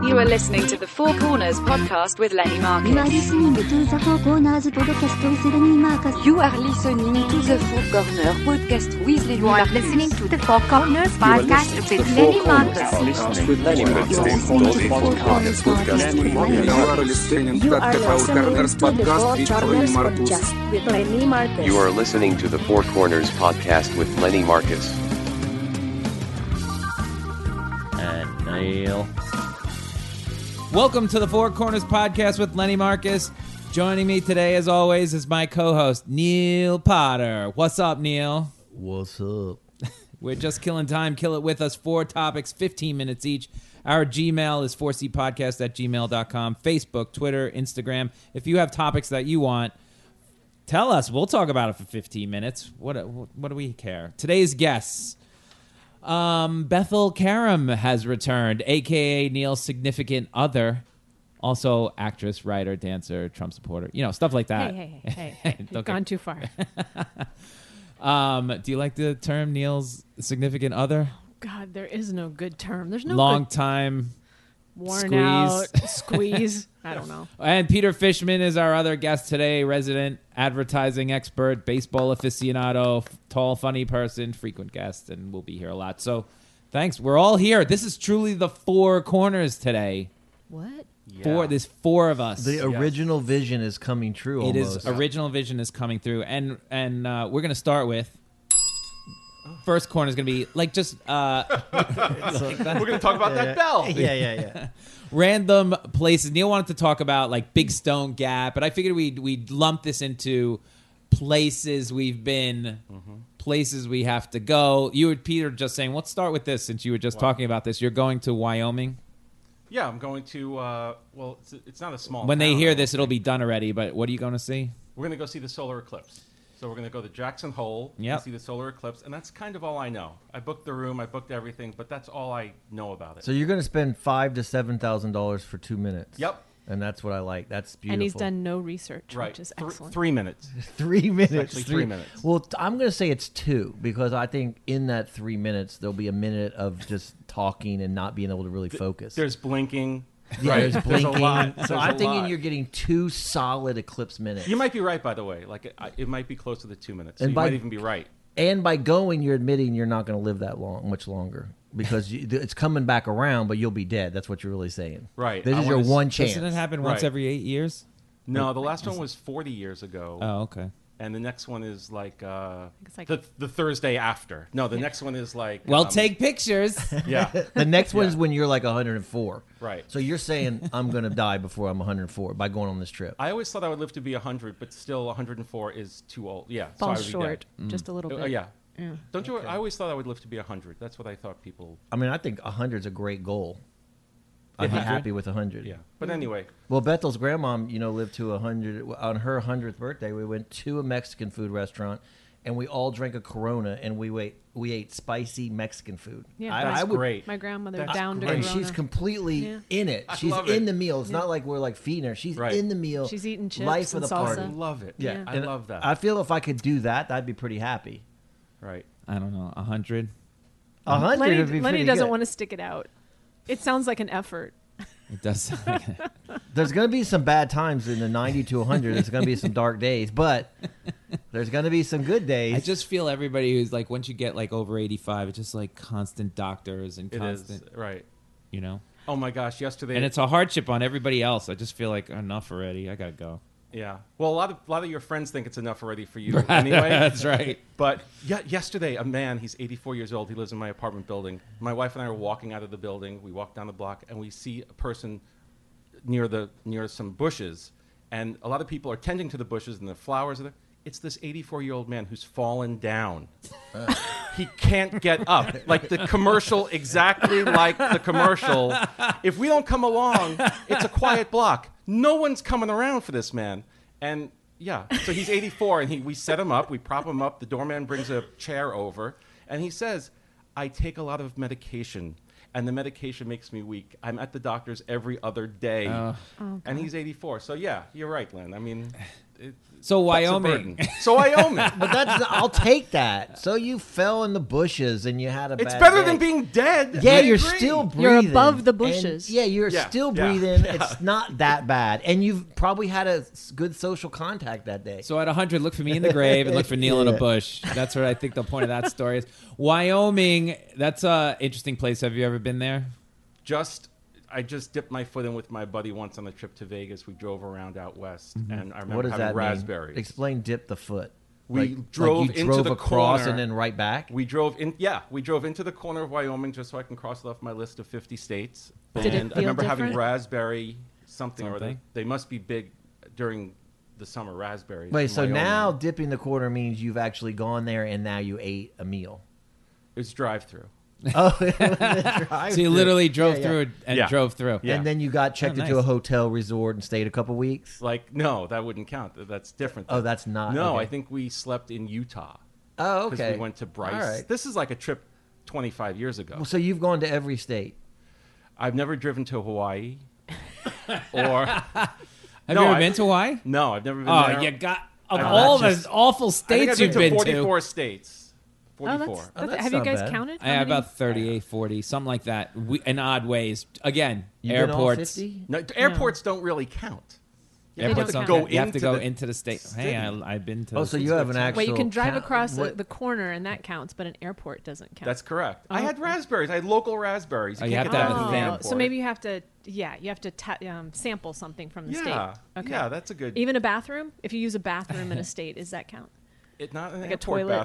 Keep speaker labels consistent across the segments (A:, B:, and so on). A: You are listening to the Four Corners podcast with Lenny
B: You are
A: Marcus.
B: listening to the Four Corners podcast with Lenny Marcus.
C: You are listening to the Four Corner podcast with Lenny
D: You are
C: Marcus.
D: listening to the Four Corners podcast with Lenny Marcus.
E: You are listening to the Four Corners podcast featuring Marcus.
F: You are listening to the Four Corners podcast with Lenny Marcus.
G: And Neil.
H: Welcome to the Four Corners Podcast with Lenny Marcus. Joining me today, as always, is my co host, Neil Potter. What's up, Neil?
G: What's up?
H: We're just killing time. Kill it with us. Four topics, 15 minutes each. Our Gmail is 4cpodcast at gmail.com, Facebook, Twitter, Instagram. If you have topics that you want, tell us. We'll talk about it for 15 minutes. What, what do we care? Today's guests. Um, Bethel Karam has returned, aka Neil's significant other, also actress, writer, dancer, Trump supporter, you know, stuff like that.
I: Hey, hey, hey, hey. You've
H: Okay.
I: gone too far.
H: Um, do you like the term Neil's significant other?
I: God, there is no good term. There's no
H: Long
I: good
H: time
I: worn
H: squeeze.
I: out squeeze. I don't know.
H: And Peter Fishman is our other guest today, resident advertising expert, baseball aficionado, f- tall, funny person, frequent guest, and we'll be here a lot. So thanks. We're all here. This is truly the four corners today.
I: What?
H: Four there's four of us.
G: The original vision is coming true.
H: it
G: almost.
H: is original vision is coming through. And and uh, we're gonna start with First corner is going to be like just uh,
J: We're gonna talk about that bell.
G: Yeah, yeah, yeah.
H: random places. Neil wanted to talk about like Big Stone Gap, but I figured we'd we'd lump this into places we've been,
J: Mm-hmm.
H: places we have to go. You and Peter just saying, let's start with this since you were just talking about this. You're going to Wyoming.
J: Yeah, I'm going to. Uh, well, it's, it's not a small.
H: When they
J: town.
H: hear this, it'll be done already. But what are you going to see?
J: we're gonna go see the solar eclipse. So we're gonna go to Jackson Hole. and
H: Yep.
J: See the solar eclipse, and that's kind of all I know. I booked the room, I booked everything, but that's all I know about it.
G: So you're going to spend five to seven thousand dollars for two minutes.
J: Yep.
G: And that's what I like. That's beautiful.
I: And he's done no research,
J: right,
I: which is
J: Thr-
I: excellent.
J: three minutes.
G: three minutes.
J: actually three minutes.
G: Well, t- I'm going to say it's two because I think in that three minutes there'll be a minute of just talking and not being able to really focus.
J: There's blinking.
G: yeah,
J: right.
G: there's
J: There's
G: blinking.
J: a lot. There's
G: So
J: a
G: I'm thinking
J: lot.
G: you're getting two solid eclipse minutes.
J: You might be right, by the way. Like it, I- it might be close to the two minutes. So
G: And
J: you
G: by-
J: might even be right.
G: and by going you're admitting you're not going to live that long much longer because you, it's coming back around but you'll be dead that's what you're really saying
J: Right.
G: this
J: I
G: is your
J: wanna s-
G: one chance
H: Doesn't it happen once
J: Right.
H: every eight years?
J: No, the last one was 40 years ago.
H: Oh, okay.
J: And the next one is like, uh,
I: it's like-
J: the, the Thursday after. No, the next one is like.
H: Well,
J: um,
H: take pictures.
J: Yeah.
G: the next one is when you're like 104
J: Right.
G: so you're saying i'm going to die before i'm 104 by going on this trip
J: I always thought I would live to be 100, but still 104 is too old. Yeah. so I
I: Falls
J: would be
I: short just a little
J: dead.
I: bit.
J: Uh, yeah. Don't you? I always thought I would live to be 100. That's what I thought people.
G: i mean i think 100 is a great goal i'd be happy with 100
J: Yeah. But anyway,
G: well bethel's grandmom you know lived to 100 on her 100th birthday we went to a mexican food restaurant and we all drank a corona and we wait we ate spicy mexican food
I: Yeah,
G: I,
J: that's
G: I would
J: great.
I: My grandmother
J: That's
I: down to
J: great.
G: and
I: Corona.
G: she's completely
I: Yeah.
G: in it. She's
J: love
G: in
J: it.
G: the meal. It's not like we're like feeding her. She's
J: Right.
G: in the meal.
I: She's eating chips
G: Life of
I: and
G: the
I: salsa.
J: I
G: party.
J: love it.
G: Yeah,
J: I
G: And
J: love that.
G: I feel if I could do that, I'd be pretty happy.
J: right.
H: I don't know. A hundred.
G: A hundred
I: Mm-hmm. Lenny,
G: would be
I: Lenny
G: pretty
I: doesn't
G: good.
I: want to stick it out. It sounds like an effort.
H: It does. sound like-
G: There's going to be some bad times in the ninety to one hundred. There's going to be some dark days, but there's going to be some good days.
H: I just feel everybody who's like once you get like over eighty five, it's just like constant doctors and
J: It is
H: constant,
J: Right.
H: you know.
J: Oh my gosh. Yesterday.
H: and it's a hardship on everybody else. I just feel like enough already. I gotta go.
J: yeah. Well, a lot of a lot of your friends think it's enough already for you anyway.
H: That's right.
J: But yeah, yesterday, a man, he's 84 years old, he lives in my apartment building. My wife and I are walking out of the building. We walk down the block and we see a person near, the, near some bushes. And a lot of people are tending to the bushes and the flowers are there. It's this 84 year old man who's fallen down. he can't get up. Like the commercial, exactly like the commercial. If we don't come along, it's a quiet block. No one's coming around for this man. And yeah, so he's 84, and he, we set him up, we prop him up. The doorman brings a chair over, and he says, I take a lot of medication. And the medication makes me weak. I'm at the
G: Oh.
J: doctor's every other day, and he's 84. So yeah, you're right, Len. I mean, it,
H: So
J: That's a
H: Wyoming.
J: burden. So Wyoming.
G: But that's I'll take that. So you fell in the bushes and you had a.
J: it's
G: bad
J: better
G: day.
J: than being dead.
G: Yeah,
J: I
G: you're
J: agree.
G: still breathing.
I: You're above the
G: and-
I: bushes.
G: yeah, you're
J: Yeah,
G: still
J: yeah,
G: breathing.
J: yeah.
G: It's not that bad, and you've probably had a s- good social contact that day.
H: So at 100, look for me in the grave and look for Neil in a bush. That's what I think the point of that story is. Wyoming, that's a interesting place. Have you ever been there?
J: just I just dipped my foot in with my buddy once on a trip to Vegas. We drove around out west, and I remember
G: Mm-hmm. what does
J: having
G: that
J: raspberries.
G: mean? Explain. Dip the foot.
J: We
G: Like- like
J: drove
G: you
J: into
G: drove
J: the
G: across
J: corner.
G: and then right back.
J: We drove in. Yeah, we drove into the corner of Wyoming just so I can cross it off my list of 50 states.
I: Did it
J: and I
I: feel
J: remember having
I: different?
J: raspberry something, or other.
H: Something.
J: They must be big during the summer raspberries. in
G: Wait, so
J: Wyoming.
G: now dipping the quarter means you've actually gone there and now you ate a meal.
J: it's drive-through.
G: Oh, so
H: So you literally drove through and
J: Yeah.
H: drove through.
J: Yeah.
G: and then you got checked
H: Oh,
G: into a
H: nice.
G: hotel resort and stayed a couple weeks.
J: Like no, that wouldn't count. Th- That's different.
G: Oh, that's not-
J: No,
G: okay.
J: I think we slept in Utah.
G: Oh,
J: Because
G: okay.
J: we went to Bryce.
G: All right.
J: This is like a trip 25 years ago.
G: Well, so you've gone to every state.
J: I've never driven to Hawaii. or
H: Have
J: No,
H: you ever
J: I-
H: been to Hawaii?
J: no, I've never been
H: Oh,
J: there.
H: you got of
J: that's
H: all the
J: just-
H: awful
J: I think
H: states
J: I've
H: you've
J: been
H: been
J: to
H: to.
J: 44 states.
I: Oh,
J: 44.
I: that's, that's-
G: that's
I: have you
G: not
I: guys
G: bad.
I: counted?
H: I have about 38, 40, something like that, we, in odd ways. Again,
G: You've been all
H: airports.
G: 50?
J: no, airports don't really count. You have
H: Airports
J: to
I: don't
J: go
H: count. you have to
J: into
H: go
J: the-
H: into the state. Hey, I, I've been to.
G: Oh,
H: the
G: so
H: states.
G: you have an actual.
I: Wait, you can drive
G: count-
I: across the,
G: what-
I: the corner and that counts, but an airport doesn't count.
J: That's correct. I had raspberries. I had local raspberries.
H: Oh, you
J: can't
H: have
J: get
H: to
J: that
H: have
J: at
H: a
J: the
H: fan.
I: oh,
J: airport.
I: so maybe you have to, yeah, you have to ta- um, sample something from the
J: Yeah.
I: state. Okay.
J: Yeah, that's a good.
I: Even a bathroom? If you use a bathroom in a state, does that count?
J: It, not an
I: Like a
J: airport
I: toilet.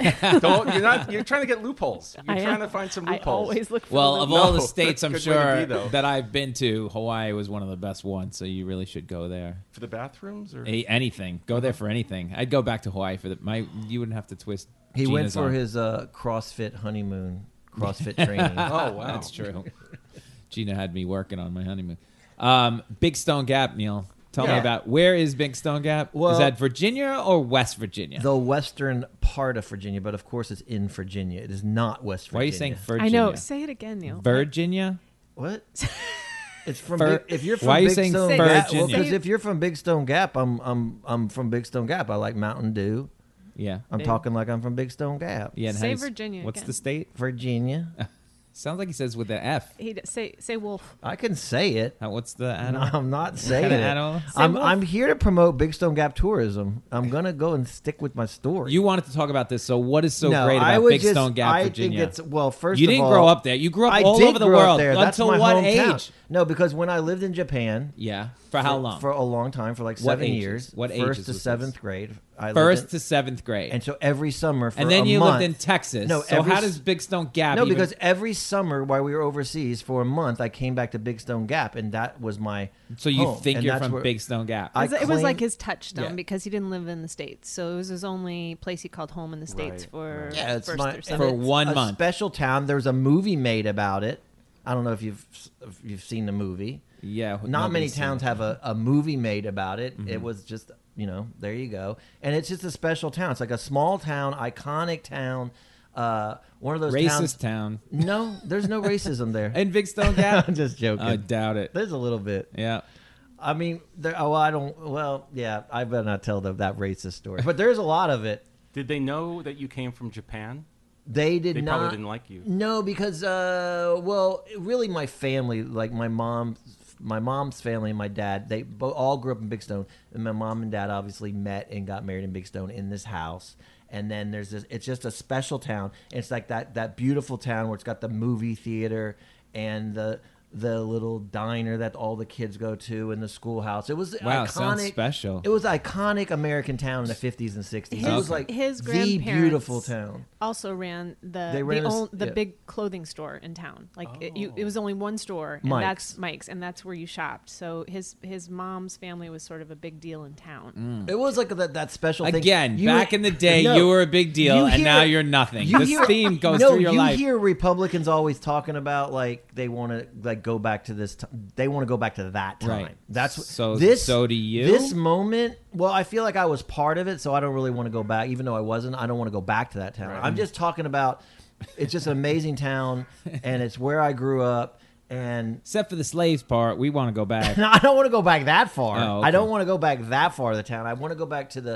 J: bathroom. Don't, you're not. You're trying to get loopholes. You're
I: I am.
J: trying to find some
I: I
J: loopholes.
I: always look for
H: Well,
I: the
H: of all the
J: No,
H: states, I'm
J: that's a good way to
H: sure
J: be, though.
H: that I've been to, Hawaii was one of the best ones. So you really should go there.
J: for the bathrooms or
H: A- anything, go there for anything. I'd go back to Hawaii for the, my. You wouldn't have to twist.
G: He went
H: Gina's
G: for
H: arm.
G: his uh, CrossFit honeymoon, CrossFit training.
J: Oh wow,
H: That's true. Gina had me working on my honeymoon. Um, Big Stone Gap, Neil. Tell me
J: Yeah.
H: about where is Big Stone Gap?
G: Well-
H: is that Virginia or West Virginia?
G: the western part of Virginia, but of course it's in Virginia. It is not West Virginia.
H: Why are you saying Virginia?
I: I know. Say it again, Neil.
H: Virginia.
G: What? It's from
H: Fir-
G: big, if you're from
H: Why are you
G: Big
H: saying
G: Stone
I: Virginia?
G: Gap, well, because
I: Say-
G: if you're from Big Stone Gap, I'm I'm I'm from Big Stone Gap. I like Mountain Dew.
H: Yeah.
G: I'm talking like I'm from Big Stone Gap.
H: Yeah. and how
I: Say
H: do you s-
I: Virginia
H: What's
I: again.
H: the state?
G: Virginia.
H: Sounds like he says with an F.
I: He d- say say wolf.
G: I can say it.
H: Uh, What's the
G: No,
H: animal?
G: I'm not saying
H: Kinda
G: it.
H: animal.
G: I'm,
I: wolf.
G: I'm here to promote Big Stone Gap tourism. I'm gonna go and stick with my story.
H: You wanted to talk about this, so what is so
G: no,
H: great
G: I
H: about
G: would
H: Big
G: just,
H: Stone Gap,
G: I
H: Virginia?
G: Think it's, well, first
H: you
G: of
H: didn't
G: all,
H: grow up there. You grew up
G: I
H: all
G: did
H: over the
G: grow up
H: world.
G: there. That's
H: Until
G: my
H: what
G: hometown.
H: age?
G: No, because when I lived in Japan,
H: Yeah. For how long?
G: For a long time, for like
H: What
G: seven
H: ages?
G: years.
H: What
G: First
H: ages
G: to
H: was this?
G: seventh grade. I
H: First
G: lived in,
H: to seventh grade.
G: and so every summer for
H: And then
G: a
H: you
G: month-
H: lived in Texas.
G: No,
H: so
G: every
H: how
G: s-
H: does Big Stone Gap?
G: no
H: even-
G: because every summer while we were overseas for a month, I came back to Big Stone Gap, and that was my.
H: so you
G: home.
H: think
G: oh, And
H: you're
G: that's
H: from
G: where-
H: Big Stone Gap?
G: I
I: It was- it was
G: claim-
I: like his touchstone
H: Yeah.
I: because he didn't live in the states, so it was his only place he called home in the states
J: Right,
I: for
G: Yeah, it's
I: first
G: my
I: or
G: and
I: seventh.
H: For
G: it's
H: one
G: a
H: month.
G: Special town. There's a movie made about it. I don't know if you've if you've seen the movie.
H: Yeah, wh-
G: Not many
H: nobody's seen
G: towns
H: it. Mm-hmm.
G: have a, a movie made about it. It was just you know there you go, and it's just a special town. It's like a small town, iconic town. Uh, one of those towns-
H: Racist town.
G: No, there's no racism there.
H: And Big Stone Gap?
G: I'm just joking.
H: I doubt it.
G: there's a little bit.
H: Yeah.
G: I mean, there, oh, I don't. Well, yeah, I better not tell them that racist story. But there's a lot of it.
J: did they know that you came from Japan?
G: They did
J: They
G: not.
J: probably didn't like you.
G: No, because uh, well, really, my family, like my mom, my mom's family, and my dad, they bo- all grew up in Big Stone, and my mom and dad obviously met and got married in Big Stone in this house. And then there's this. It's just a special town. It's like that that beautiful town where it's got the movie theater and the the little diner that all the kids go to and the schoolhouse. It was
H: Wow,
G: iconic.
H: sounds special.
G: It was iconic American town in the 50s and 60s.
I: His,
G: it was
H: Okay.
G: like
I: his
G: the
I: grandparents
G: beautiful town.
I: also ran the
G: They ran
I: the,
G: this-
I: ol- the
G: yeah.
I: big clothing store in town. Like it, you,
J: Oh.
I: it was only one store, and
G: Mike's.
I: that's Mike's, and that's where you shopped. So his his mom's family was sort of a big deal in town.
G: It was like that, that special thing.
H: Mm. Again,
G: You-
H: back in the day,
G: No.
H: you were a big deal,
G: You
H: and
G: hear-
H: now you're nothing.
G: you
H: this
G: hear-
H: theme goes
G: no,
H: through your
G: you
H: life.
G: hear Republicans always talking about like they want to like go back to this. T- they want to go back to that time.
H: Right.
G: That's what-
H: So-
G: This
H: so do you?
G: This moment. Well, I feel like I was part of it, so I don't really want to go back. Even though I wasn't, I don't want to go back to that town. I'm just talking about. It's just an amazing town, and it's where I grew up. and
H: Except for the slaves part, we want to go back.
G: no, I don't want to go back that far.
H: Oh, okay.
G: I don't want to go back that far of the town. I want to go back to the.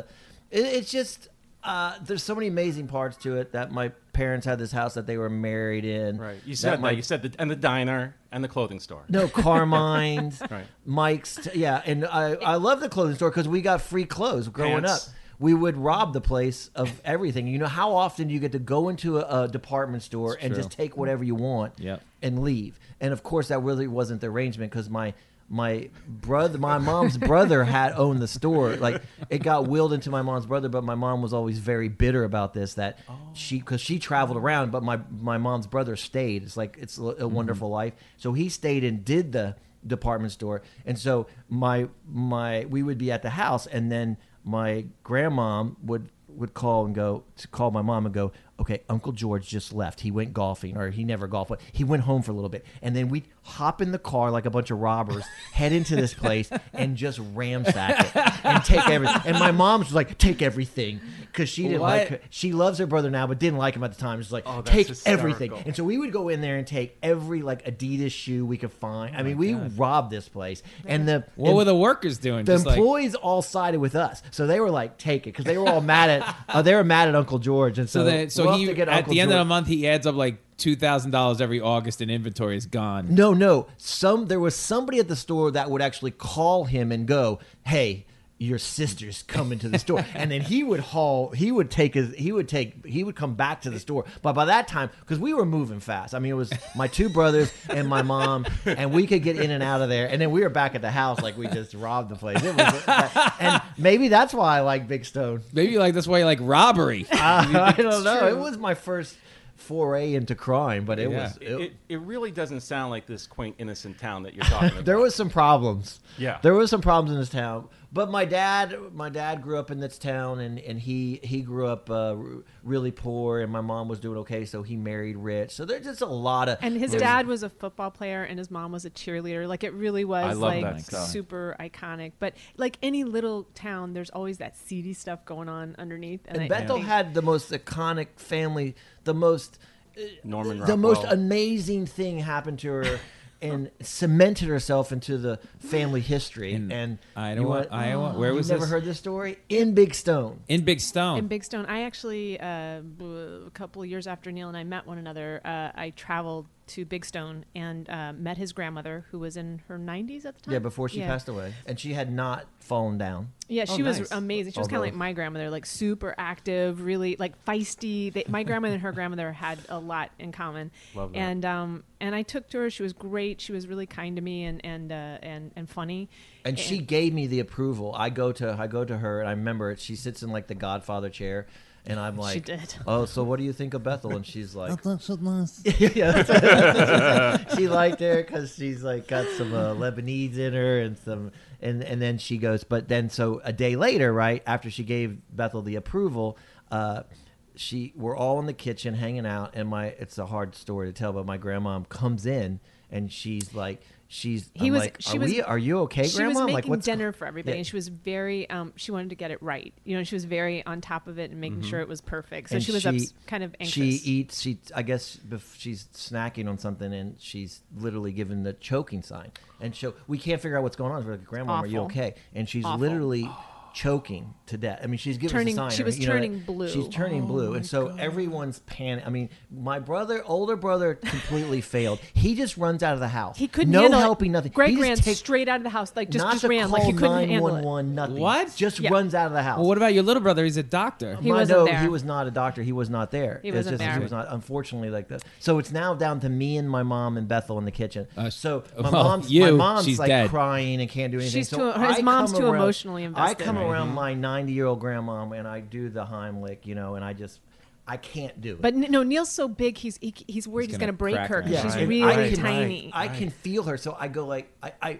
G: It, it's just uh, there's so many amazing parts to it that my parents had this house that they were married in.
J: Right. You said that.
G: my-
J: You said the, and the diner and the clothing store.
G: no Carmine's,
J: Right.
G: Mike's. t- yeah, and I I love the clothing store because we got free clothes growing
J: Pants.
G: up. We would rob the place of everything. You know how often you get to go into a, a department store and
H: true.
G: just take whatever you want
H: Yep.
G: and leave. And of course, that really wasn't the arrangement because my my brother, my mom's brother, had owned the store. Like it got willed into my mom's brother, but my mom was always very bitter about this. That she because she traveled around, but my my mom's brother stayed. It's like it's a, a wonderful life. So he stayed and did the department store, and so my my we would be at the house, and then my grandmom would would call and go to call my mom and go, okay, Uncle George just left. He went golfing, or he never golfed, but he went home for a little bit, and then we hop in the car like a bunch of robbers, head into this place, and just ramsack it and take everything. And my mom's like, take everything, because she didn't
H: What?
G: like her, she loves her brother now, but didn't like him at the time. She's like,
J: Oh, that's
G: take
J: hysterical.
G: everything, and so we would go in there and take every like Adidas shoe we could
J: Oh
G: find. I mean, we robbed this place, and the
H: What
G: and-
H: were the workers doing?
G: the
H: Just like-
G: employees all sided with us, so they were like, "Take it," because they were all mad at uh, they were mad at Uncle George, and so
H: so that so
G: we'll have
H: he
G: to get
H: at
G: Uncle
H: the end of
G: George-
H: the month he adds up like two thousand dollars every August and inventory is gone.
G: No, no, some there was somebody at the store that would actually call him and go, "Hey." Your sister's coming to the store, and then he would haul. He would take his. He would take. He would come back to the store. But by that time, because we were moving fast. I mean, it was my two brothers and my mom, and we could get in and out of there. And then we were back at the house like we just robbed the place. It was, uh, and maybe that's why I like Big Stone.
H: Maybe like that's why you like robbery.
G: I don't know. It was my first foray into crime, but it
H: Yeah.
G: was
J: It,
G: it,
J: it, it really doesn't sound like this quaint, innocent town that you're talking about.
G: there was some problems.
J: Yeah.
G: there was some problems in this town. But my dad, my dad grew up in this town, and, and he he grew up uh, r- really poor, and my mom was doing okay, so he married rich. So there's just a lot of
I: And his
G: there's-
I: dad was a football player and his mom was a cheerleader. Like it really
J: I
I: was
J: love
I: like
J: that stuff.
I: super iconic. But like any little town, there's always that seedy stuff going on underneath. And,
G: And
I: I
G: Bethel
I: think-
G: had the most iconic family, the most
J: Norman
G: the most
J: Rockwell.
G: amazing thing happened to her. And cemented herself into the family history.
H: In
G: and
H: Iowa-
G: you want-
H: Iowa? Where
G: you
H: was
G: never
H: this?
G: heard this story in Big Stone.
H: in Big Stone.
I: in Big Stone. I actually, uh, b- a couple of years after Neil and I met one another, uh, I traveled to Big Stone and uh, met his grandmother, who was in her 90s at the time.
G: Yeah, before she passed away, and she had not fallen down.
I: Yeah,
H: Oh,
I: she
H: nice.
I: was amazing. She was kind of
G: Although-
I: like my grandmother, like super active, really like feisty. They, my grandmother and her grandmother had a lot in common.
J: Love that.
I: And um and I took to her. She was great. She was really kind to me and and uh, and and funny.
G: And she gave me the approval. I go to I go to her, and I remember it. She sits in like the Godfather chair, and I'm like,
I: did.
G: "Oh, so what do you think of Bethel?" And she's like, yeah, yeah, that's- she liked her because she's like got some uh, Lebanese in her and some, and and then she goes. But then so a day later, right after she gave Bethel the approval, uh, she we're all in the kitchen hanging out, and my it's a hard story to tell, but my grandma comes in and she's like. She's.
I: He
G: I'm
I: was-
G: Like,
I: she
G: are
I: was-
G: we? Are you okay,
I: she
G: Grandma?
I: was
G: I'm
I: making
G: like, what's go-"
I: dinner for everybody,
G: Yeah.
I: and she was very um she wanted to get it right. You know, she was very on top of it and making sure it was perfect. So
G: Mm-hmm. And
I: she was ups, kind of anxious.
G: She eats. She, I guess, bef- she's snacking on something, and she's literally given the choking sign. And so we can't figure out what's going on. We're like, "Grandma, are you
I: Awful.
G: okay?" And she's
I: Awful.
G: literally choking to death. I mean, she's giving
I: Turning-
G: us a sign.
I: she was
G: you know, that-
I: turning blue. Oh
G: She's turning blue, and so everyone's panic. I mean, my brother, older brother, completely failed. He just runs out of the house.
I: he couldn't
G: no
I: handle
G: helping,
I: it.
G: nothing.
I: Greg
G: he just
I: ran
G: takes-
I: straight out of the house, like just,
G: not
I: just
G: to
I: ran, like he
G: call
I: couldn't handle it.
G: 911, Nothing.
H: What?
G: Just
I: Yeah.
G: runs out of the house.
H: well, what about your little brother? He's a doctor.
I: He
G: My-
I: wasn't
G: no,
I: there.
G: he was not a doctor. He was not there.
I: He
G: It's
I: wasn't
G: just- He
I: there.
G: was not, unfortunately, like that. So it's now down to me and my mom and Bethel in the kitchen.
H: Uh,
G: so my
H: well,
G: mom's, my
H: you,
G: mom's
H: she's
G: like
H: dead.
G: crying and can't do anything.
I: She's too-
G: so
I: his
G: I
I: mom's
G: come
I: too
G: around-
I: emotionally invested.
G: I come
I: Right.
H: Mm-hmm.
G: around my 90 year old grandmom and I do the Heimlich, you know, and I just, I can't do it.
I: But n- no, Neil's so big, he's he, he's worried he's,
H: gonna
I: gonna, break
H: crack her.
I: her. because She's
G: and I
I: really
G: can-
I: tiny.
G: I can feel her, so I go like I, I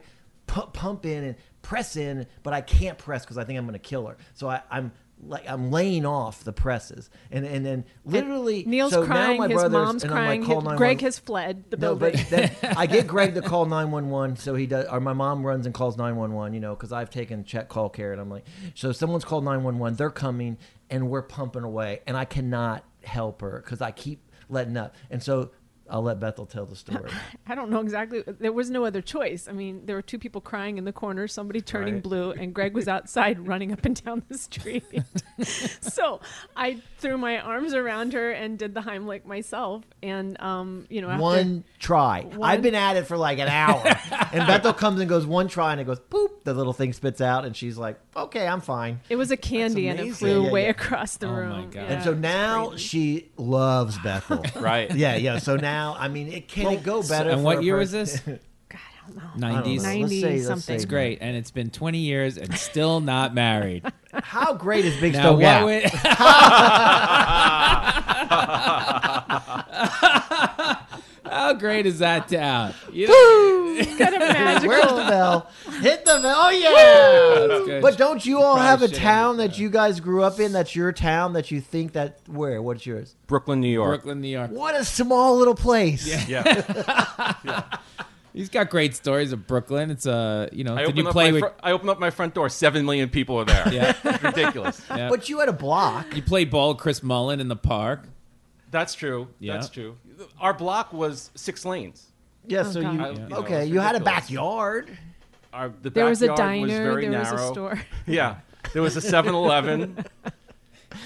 G: pump, pump in and press in, but I can't press because I think I'm going to kill her. So I, I'm like I'm laying off the presses, and and then literally
I: Neil's
G: so
I: crying.
G: Now my
I: his
G: brothers,
I: mom's
G: and
I: crying.
G: I'm like, call
I: his- Greg
G: 911.
I: has fled the
G: No, but
I: building.
G: then I get Greg to call 911. So he does, or my mom runs and calls 911, you know, because I've taken check call care and I'm like, so someone's called 911, they're coming and we're pumping away and I cannot help her because I keep letting up. And so I'll let Bethel tell the story.
I: I don't know exactly. There was no other choice. I mean, there were two people crying in the corner, somebody turning
J: Right.
I: blue, and Greg was outside running up and down the street. so I threw my arms around her and did the Heimlich myself. And, um, you know, after,
G: One try.
I: One-
G: I've been at it for like an hour, and Bethel comes and goes one try, and it goes boop. The little thing spits out, and she's like, "Okay, I'm fine."
I: it was a candy and it
G: amazing.
I: flew
G: Yeah, yeah,
I: way
G: yeah.
I: across the
H: Oh my
I: room.
H: God.
I: Yeah,
G: And so
I: it's
G: now
I: crazy.
G: she loves Bethel.
J: Right.
G: Yeah, yeah. So now, I mean, it can it go better.
H: and
G: for
H: what
G: a
H: year was
G: person?
H: this?
I: God, I don't know.
G: I don't
H: 90s.
G: know. Let's say-
I: 90
G: let's
I: something.
G: say
I: It's
H: It's great, and it's been 20 years and still not married.
G: How great is Big
H: now what?
G: Stone Gap?
H: Would, how great is that town? You
I: Kind of magical.
G: Where's the bell? Hit the bell. Oh yeah.
H: That's good.
G: But don't you all
H: Probably
G: have a
H: should have
G: town
H: used
G: that
H: that.
G: you guys grew up in? That's your town that you think that where? What's yours?
J: Brooklyn, New York.
H: Brooklyn, New York.
G: What a small little place.
J: Yeah.
H: He's got great stories of Brooklyn. It's uh, you know,
J: I
H: did
J: opened
H: you
J: up
H: play
J: my
H: with?
J: fr- I opened up my front door. Seven million people are there.
H: Yeah.
J: It's ridiculous.
H: yeah.
G: But you had a
I: Oh,
G: block.
H: you played ball with Chris Mullen in the park.
J: That's true.
H: Yeah.
J: That's true. Our block was six lanes.
G: Yeah, so
I: God.
G: you
J: I- you know,
G: okay?
J: it's
G: You had a
J: ridiculous.
G: backyard.
J: Our, the
I: There was a
J: backyard was
I: diner,
J: very
I: there was
J: narrow.
I: a store.
J: Yeah, there was a 7-Eleven,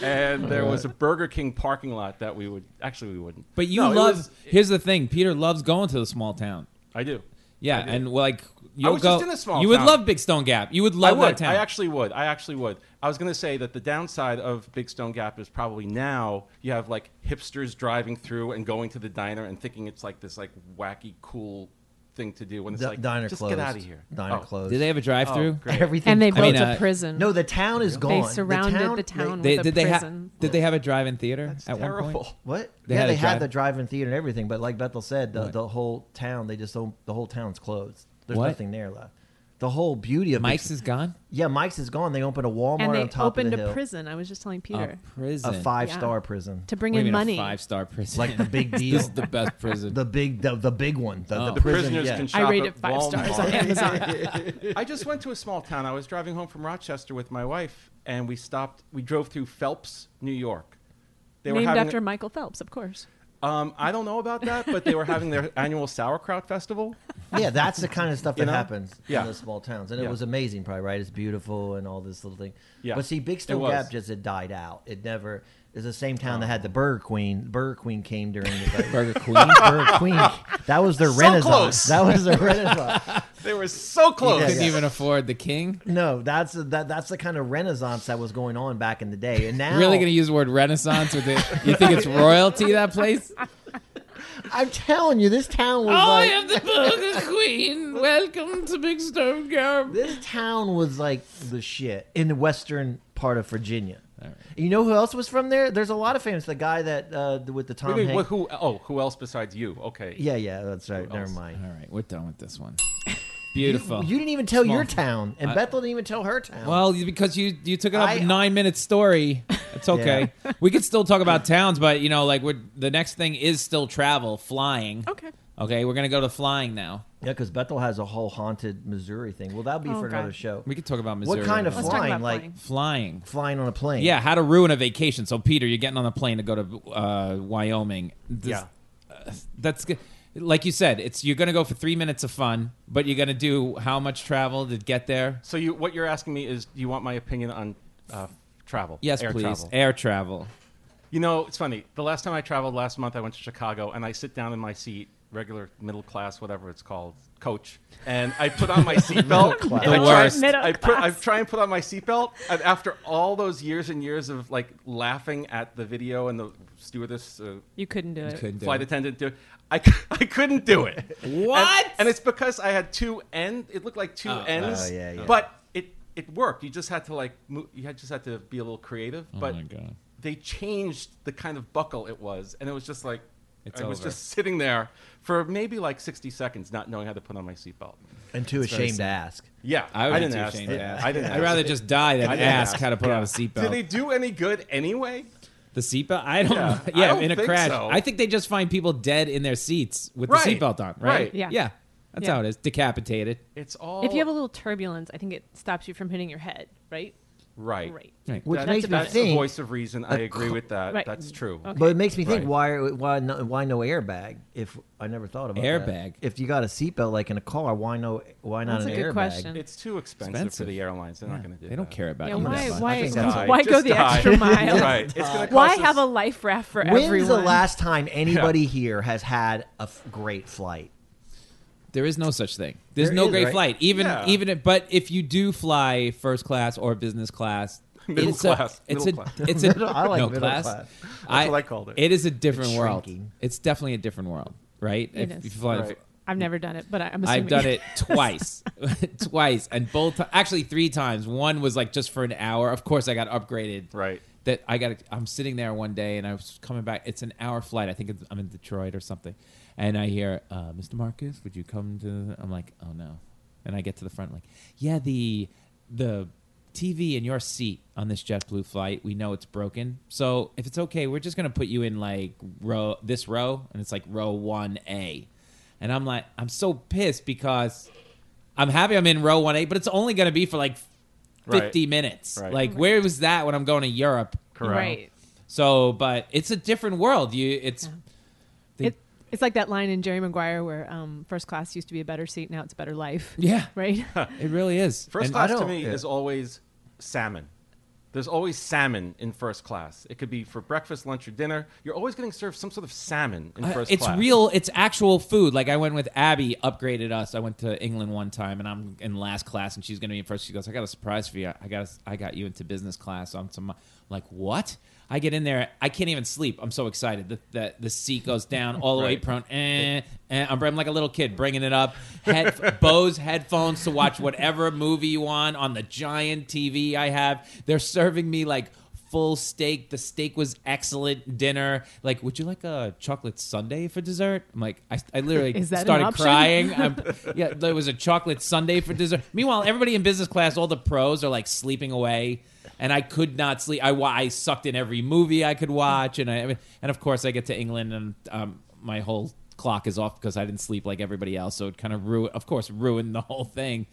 J: and there was a Burger King parking lot that we would actually we wouldn't.
H: But you
J: No, it
H: love.
J: was-
H: here's the thing: Peter loves going to the small town.
J: I do.
H: Yeah,
J: I do.
H: and like you'll
J: was
H: go.
J: just in a small
H: you would
J: town.
H: love Big Stone Gap. You would love
J: I would.
H: that town.
J: I actually would. I actually would. I was going to say that the downside of Big Stone Gap is probably now you have like hipsters driving through and going to the diner and thinking it's like this like wacky cool thing to do when it's
G: D-
J: like
G: diner
J: just
G: closed.
J: get out of here.
G: Diner
J: Oh,
G: closed.
H: did they have a drive-through?
J: great.
G: Everything.
I: And they
H: I mean,
I: built
H: uh,
I: a prison.
G: No, the town is gone.
I: They surrounded
G: town,
I: the town,
H: they,
I: with
H: did
I: a
H: they have?
I: prison.
H: Did they have a drive-in theater at one
J: Terrible.
H: point?
G: What?
H: They
G: yeah,
H: had a
G: they had
H: drive-
G: the drive-in theater and everything, but like Bethel said, the,
H: Right.
G: the whole town they just don't, the whole town's closed. There's
H: What?
G: nothing there left. The whole beauty of
H: Mike's
G: Big-
H: is gone.
G: yeah, Mike's is gone. They opened a Walmart
I: and
G: on
I: they
G: top
I: opened
G: of the
I: a
G: hill,
I: prison. I was just telling Peter
H: A prison.
G: a five-star
I: Yeah.
G: prison,
I: to bring
H: What do you
I: in
H: mean a
I: money.
H: five-star prison.
G: like the big deal,
H: this is the best prison.
G: the big, the, the big one, the,
H: Oh.
G: the
H: The
G: prison.
J: Prisoners
G: yeah.
J: can
I: I
J: shop
I: rate
J: at
I: it five stars
J: Walmart.
I: on Amazon.
J: I just went to a small town. I was driving home from Rochester with my wife, and we stopped. We drove through Phelps, New York. They
I: Named
J: having-
I: after Michael Phelps, of course.
J: Um, I don't know about that, but they were having their annual sauerkraut festival.
G: yeah, that's the kind of stuff that
J: know?
G: happens
J: Yeah.
G: in those small towns, and
J: Yeah.
G: it was amazing, probably right. It's beautiful and all this little thing.
J: Yeah.
G: But see, Big
J: It
G: Stone
J: was.
G: Gap just had died out. It never. It's the same town that had the Burger Queen. Burger Queen came during the
H: Oh. Burger Queen.
G: Burger Queen. That was their renaissance.
J: close.
G: That was their renaissance.
J: They were so close.
G: Yeah,
H: Couldn't even afford the king.
G: No, that's that, that's the kind of renaissance that was going on back in the day. And now
H: Really gonna use the word Renaissance with it? You think it's royalty that place?
G: I'm telling you, this town
J: Oh,
G: was
H: I
G: like
H: am the Burger Queen. Welcome to Big Stone Gap.
G: this town was like the shit in the western part of Virginia. You know who else was from there? There's a lot of famous. The guy that uh, with the Tom
J: Wait, wait,
G: Hanks.
J: what- who? Oh, who else besides you? Okay.
G: Yeah, yeah, that's right. Never
J: else?
G: mind.
H: All right, we're done with this one.
G: You,
H: Beautiful.
G: you didn't even tell
H: Small
G: your
H: town.
G: town, and
H: I-
G: Bethel didn't even tell her town.
H: Well, you- because you you took it up
G: I-
J: uh,
H: a nine minute story. It's okay. We could still talk about towns, but you know, like we're, the next thing is still travel, flying.
I: Okay.
H: Okay, we're gonna go to flying now.
G: yeah, because Bethel has a whole haunted Missouri thing. Well, that'll be
I: Oh,
G: for another
I: God.
G: show.
H: We could talk about Missouri.
G: What kind of
I: Let's
H: flying?
I: talk
G: flying?
I: about
G: Like
I: flying.
H: flying?
G: flying on a plane?
H: Yeah, how to ruin a vacation. So Peter, you're getting on a plane to go to uh, Wyoming. This-
J: Yeah.
H: uh, that's good. Like you said, it's you're gonna go for three minutes of fun, but you're gonna do how much travel to get there?
J: So you, what you're asking me is, do you want my opinion on uh, travel?
H: Yes,
J: air
H: please.
J: Travel.
H: Air travel.
J: You know, it's funny. The last time I traveled last month, I went to Chicago and I sit down in my seat, regular middle class, whatever it's called, coach, and I put on my seatbelt.
G: class.
J: and
H: The
J: I
H: worst.
J: Try,
I: Middle
J: I, put, I
I: class.
J: try and put on my seatbelt, and after all those years and years of like laughing at the video and the stewardess, uh,
I: You couldn't do it.
H: couldn't. do
J: flight
H: it.
J: attendant, do, I, c- I couldn't do it.
H: What?
J: And, and it's because I had two end. It looked like two ends.
G: Oh, yeah, yeah.
J: But it it worked. You just had to like move, you had, just had to be a little creative. but
H: Oh my God.
J: they changed the kind of buckle it was, and it was just like
H: It's
J: I was
H: over.
J: just sitting there for maybe like sixty seconds, not knowing how to put on my seatbelt.
G: and too
H: very
G: ashamed to
H: sad.
G: ask.
J: Yeah,
H: I would be
J: didn't
H: too
J: ask.
H: ashamed to ask.
J: I didn't.
H: I'd rather
J: ask.
H: just die than
J: I didn't
H: ask
J: ask.
H: how to put on a
J: Did
H: seatbelt.
J: they do any good anyway?
H: the seatbelt? I don't.
J: Yeah.
H: Yeah,
J: I don't
H: in a
J: think
H: crash.
J: so.
H: I think they just find people dead in their seats with
J: Right.
H: the seatbelt on. Right.
J: Right.
I: Yeah.
H: Yeah. That's
I: Yeah.
H: how it is. Decapitated.
J: It's all
I: If you have a little turbulence, I think it stops you from hitting your head, right?
J: Right.
I: Right.
H: Right.
G: Which
J: That-
G: makes me
J: that's the
G: think-
J: voice of reason. I agree with that.
I: Right.
J: That's true.
I: Okay.
G: But it makes me think
J: Right.
G: why are- why no, why no airbag? If I never thought about that.
H: Airbag?
G: If you got a seatbelt like in a car, why no? Why not
I: That's
G: an
I: a good
G: airbag?
I: question.
J: It's too expensive,
H: Expensive.
J: for the airlines. They're not going to do.
H: They don't
J: that.
H: care about
I: Yeah,
H: you. that
I: why?
H: much.
G: I
I: Why?
G: think that's-
I: Why go
J: Just
I: the
J: die.
I: extra mile?
J: right. It's going to
I: Why have a life raft for
G: When's
I: everyone?
G: the last time anybody here has had a f- great flight?
H: There is no such thing. There's
G: There
H: no
G: is,
H: great
G: right?
H: flight. Even
J: Yeah.
H: even if, but if you do fly first class or business class,
J: Middle
H: it's
J: class,
H: A, it's
J: middle
H: a
J: class.
H: it's a
G: I like
H: no
G: middle
H: class.
G: class.
J: what I called it.
H: It is a different
G: It's
H: world.
G: shrinking.
H: It's definitely a different world, right?
I: It
H: if,
I: is.
H: if you fly the-
J: Right.
I: I've never done it, but I- I'm assuming
H: I've done it twice, twice, and both ti- actually three times. One was like just for an hour. Of course, I got upgraded.
J: Right.
H: That I got. I'm sitting there one day, and I was coming back. It's an hour flight. I think it's, I'm in Detroit or something, and I hear, uh, "Mr. Marcus, would you come to?" I'm like, "Oh no," and I get to the front, like, "Yeah, the the." TV in your seat on this JetBlue flight. We know it's broken, so if it's okay, we're just gonna put you in like row this row, and it's like row one A. And I'm like, I'm so pissed because I'm happy I'm in row 1A, but it's only going to be for like 50
J: Right.
H: minutes.
J: Right.
H: Like, where was that when I'm going to Europe?
J: Correct.
I: Right.
H: So, but it's a different world. You, it's They-
I: It, it's like that line in Jerry Maguire where um, first class used to be a better seat, now it's a better life.
H: yeah,
I: Right?
H: it really is.
J: First
H: And-
J: class
G: I
J: to
G: don't-
J: me
G: yeah.
J: is always salmon. There's always salmon in first class. It could be for breakfast, lunch, or dinner. You're always getting served some sort of salmon in
H: Uh,
J: first
H: it's
J: class.
H: real. It's actual food. Like I went with Abby, upgraded us. I went to England one time, and I'm in last class, and she's going to be in first. She goes, "I got a surprise for you. I got I got you into business class on some." Like what? I get in there. I can't even sleep. I'm so excited. The the, the seat goes down all the way
J: Right.
H: prone. Eh, eh. I'm, I'm like a little kid bringing it up. Head, Bose headphones to watch whatever movie you want on the giant TV I have. They're serving me like full steak. The steak was excellent. Dinner. Like, would you like a chocolate sundae for dessert? I'm like, I, I literally
I: Is that an
H: started
I: option?
H: crying. I'm, yeah, there was a chocolate sundae for dessert. Meanwhile, everybody in business class, all the pros are like sleeping away. And I could not sleep. I, wa- I sucked in every movie I could watch, and I and of course I get to England, and um, my whole clock is off because I didn't sleep like everybody else. So it kind of ruined, of course, ruined the whole thing.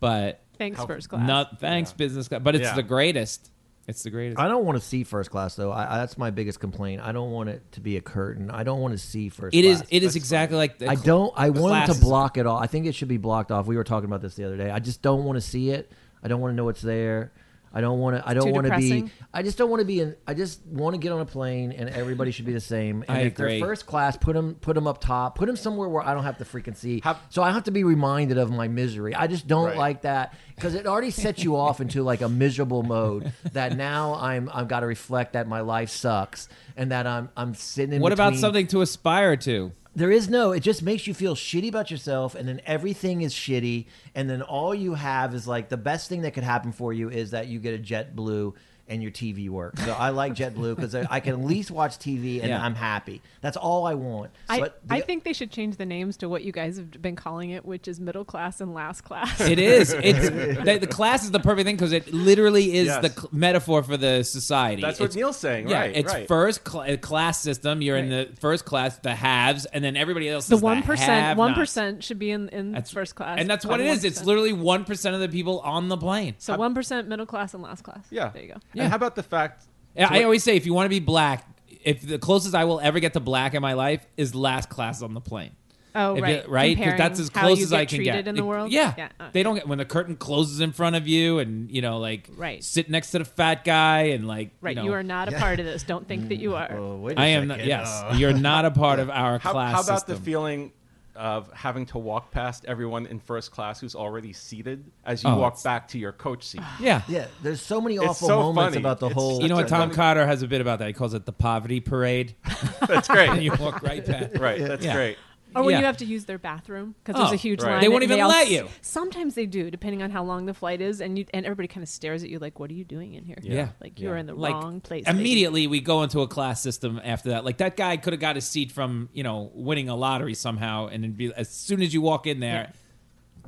H: But
I: Thanks, first class.
H: not thanks, business class. But it's
J: Yeah.
H: the greatest. It's the greatest.
G: I don't want to see first class though. I, I, that's my biggest complaint. I don't want it to be a curtain. I don't want to see first.
H: It is.
G: class.
H: It is exactly like. The
G: I don't. I want them
H: classes.
G: to block it all. I think it should be blocked off. We were talking about this the other day. I just don't want to see it. I don't want to know what's there. I don't want to. I don't
I: too
G: want to be.
I: depressing.
G: I just don't want to be in. I just want to get on a plane and everybody should be the same. And
H: I
G: if
H: agree.
G: they're first class, put them put them up top. Put them somewhere where I don't have to freaking see.
J: Have-
G: so I have to be reminded of my misery. I just don't
J: Right.
G: like that because it already sets you off into like a miserable mode. That now I'm I've got to reflect that my life sucks and that I'm I'm sitting. In
H: What about
G: between-
H: something to aspire to?
G: there is no. It just makes you feel shitty about yourself, and then everything is shitty, and then all you have is like the best thing that could happen for you is that you get a JetBlue and your TV work. So I like JetBlue because I I can at least watch TV and
H: Yeah.
G: I'm happy. That's all I want.
I: I,
G: But the-
I: I think they should change the names to what you guys have been calling it, which is middle class and last class.
H: It is. It's the, the class is the perfect thing because it literally is
J: Yes.
H: the cl- metaphor for the society.
J: That's what
H: It's-
J: Neil's saying,
H: Yeah,
J: right?
H: it's
J: right.
H: first cl- uh, class system. You're in the first class, the haves, and then everybody else.
I: The
H: is
I: one
H: have-nots.
I: percent, one percent should be in in first class,
H: and that's what it is. It's
I: 1%.
H: literally one percent of the people on the plane.
I: so one percent middle class and last class.
J: Yeah.
I: there you go.
J: And how about the fact?
H: Yeah, I always say if you want to be black, if the closest I will ever get to black in my life is last class on the plane.
I: Oh,
H: If
I: right,
H: you- right? 'Cause
I: Comparing
H: that's as
I: how
H: close
I: you
H: as
I: get
H: I can
I: treated
H: get
I: in the
H: It-
I: world. uh,
H: Yeah,
I: all
H: they
I: right.
H: don't get when the curtain closes in front of you, and you know, like,
I: Right.
H: sit next to the fat guy, and like, you,
I: Right,
H: know,
I: you are not a part of this. Don't think that you are.
G: Oh, wait a
H: I am. Not,
G: second.
H: yes,
G: Uh,
H: you're not a part of our
J: How,
H: class.
J: how about the
H: system.
J: feeling of having to walk past everyone in first class who's already seated as you
H: Oh,
J: walk
H: it's-
J: back to your coach seat?
H: Yeah.
G: yeah, there's so many awful
J: so
G: moments
J: funny.
G: about the
J: It's
G: whole.
H: You know what?
J: That's a
H: Tom
J: funny-
H: Cotter has a bit about that. He calls it the poverty parade.
J: That's
H: and you
J: great.
H: walk right past.
J: right. That's
H: Yeah.
J: great.
I: Or when
H: Yeah.
I: you have to use their bathroom because there's
H: Oh,
I: a huge
J: right.
I: line.
H: They won't
I: and
H: even
I: all
H: let
I: s-
H: you.
I: Sometimes they do, depending on how long the flight is, and you and everybody kind of stares at you like, "What are you doing in here?
H: Yeah.
I: like you're in the
H: Like,
I: wrong place." lady."
H: Immediately, we go into a class system after that. Like that guy could have got his seat from you know winning a lottery somehow, and it'd be as soon as you walk in there,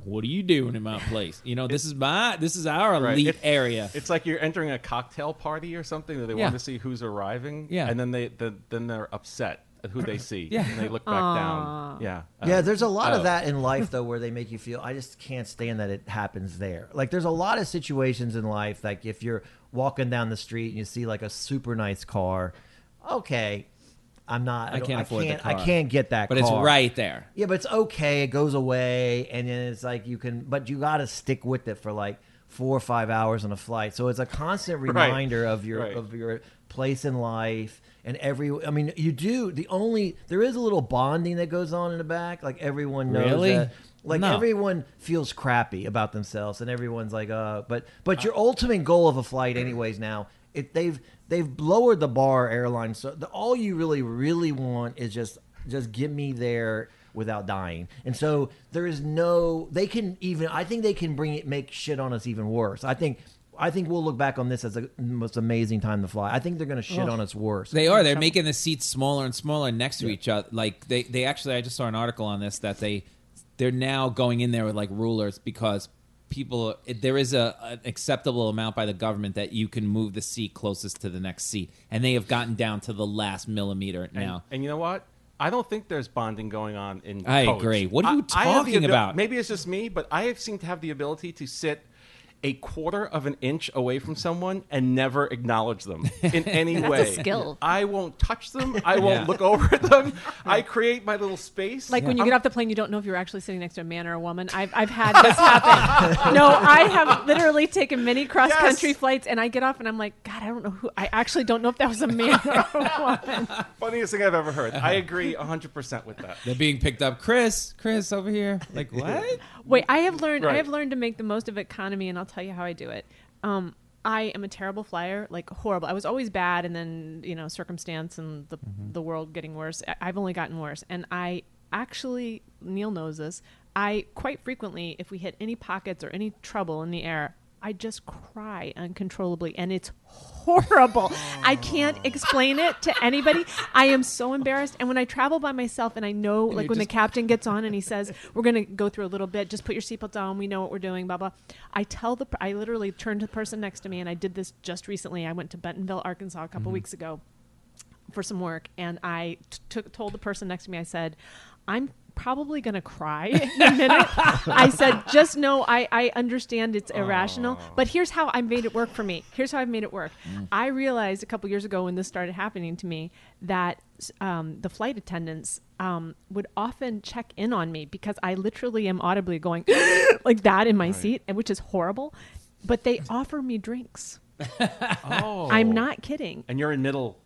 H: what are you doing in my place? You know, this is my this is our
J: Right.
H: elite
J: It's-
H: area.
J: It's like you're entering a cocktail party or something that they
H: Yeah.
J: want to see who's arriving.
H: Yeah.
J: And then they the, then they're upset at who they see.
H: Yeah.
J: And they look back down. Yeah.
H: Uh,
G: Yeah,
J: Um,
G: there's a lot
J: oh.
G: of that in life though, where they make you feel. I just can't stand that it happens there. Like, there's a lot of situations in life, like if you're walking down the street and you see like a super nice car. Okay, I'm not.
H: I
G: don't-
H: can't afford the
G: can't- I
H: car.
G: can't get that.
H: But it's
G: car.
H: right there.
G: Yeah, but it's okay. It goes away, and then it's like you can, but you got to stick with it for like four or five hours on a flight. So it's a constant
J: Right.
G: reminder of your
J: Right.
G: of your place in life and every. I mean, you do the only there is a little bonding that goes on in the back. Like everyone knows
H: Really?
G: that. Like
H: No.
G: everyone feels crappy about themselves, and everyone's like, uh. But but your ultimate goal of a flight, anyways, now. It, they've they've lowered the bar airlines so the, all you really really want is just just get me there without dying. And so there is no they can even I think they can bring it make shit on us even worse. I think I think we'll look back on this as the most amazing time to fly. I think they're going to shit on us worse.
H: They are. They're making the seats smaller and smaller next to each other. Like they, they actually, I just saw an article on this that they, they're now going in there with like rulers because people. There is a an acceptable amount by the government that you can move the seat closest to the next seat, and they have gotten down to the last millimeter now.
J: And you know what? I don't think there's bonding going on in.
H: I
J: codes.
H: agree. What are you
J: I- I have the
H: talking about?
J: Maybe it's just me, but I have seemed to have the ability to sit a quarter of an inch away from someone and never acknowledge them in any
I: That's a
J: way.
I: skill.
J: I won't touch them. I won't
H: Yeah.
J: look over at them. I create my little space.
I: Like when you
J: I'm
I: get off the plane, you don't know if you're actually sitting next to a man or a woman. I've, I've had this happen. no, I have literally taken many cross country
J: Yes.
I: flights, and I get off and I'm like, God, I don't know who. I actually don't know if that was a man or a woman.
J: funniest thing I've ever heard.
H: Uh-huh.
J: I agree 100% with that.
H: They're being picked up. Chris, Chris over here. Like what?
I: Wait, I have learned.
J: Right.
I: I have learned to make the most of economy, and I'll tell you how I do it. Um, I am a terrible flyer, like horrible. I was always bad, and then you know, circumstance and the
J: Mm-hmm.
I: the world getting worse. I- I've only gotten worse, and I actually Neil knows this. I quite frequently, if we hit any pockets or any trouble in the air, I just cry uncontrollably, and it's horrible. I can't explain it to anybody. I am so embarrassed. And when I travel by myself, and I know, like
H: you're
I: when the
H: just-
I: captain gets on and he says, "We're going to go through a little bit. Just put your seatbelts on. We know what we're doing." Blah blah. I tell the, I literally turn to the person next to me, and I did this just recently. I went to Bentonville, Arkansas, a couple
H: Mm-hmm.
I: weeks ago for some work and I t- took told the person next to me I said I'm probably going to cry in a minute. I said just know I I understand it's irrational,
J: Oh.
I: but here's how I made it work for me. Here's how I've made it work.
J: Mm.
I: I realized a couple years ago when this started happening to me that um, the flight attendants um, would often check in on me because I literally am audibly going like that in my seat, and which is horrible. But they offer me drinks.
J: Oh.
I: I'm not kidding.
J: And you're in middle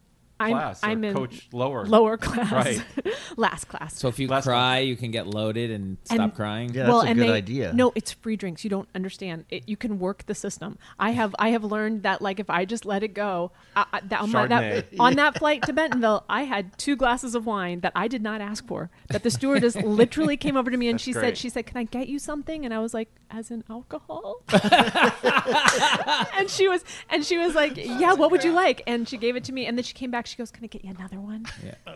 I: I'm-
J: class. or
I: I'm in
J: coach lower.
I: lower class,
J: Right.
I: last class.
H: So if you
J: Last
H: cry, you can get loaded and stop
I: And-
H: crying.
G: Yeah, that's a good idea.
I: No, it's free drinks. You don't understand. It, you can work the system. I have I have learned that like if I just let it go, I, I, that, on, my, that,
J: Chardonnay.
I: on that flight to Bentonville, I had two glasses of wine that I did not ask for. That the stewardess literally came over to me and
J: That's
I: she
J: great.
I: said she said, "Can I get you something?" And I was like, "As in alcohol." and she was and she was like, "Yeah, what would you like?" And she gave it to me, and then she came back. She goes, "Can I get you another one?"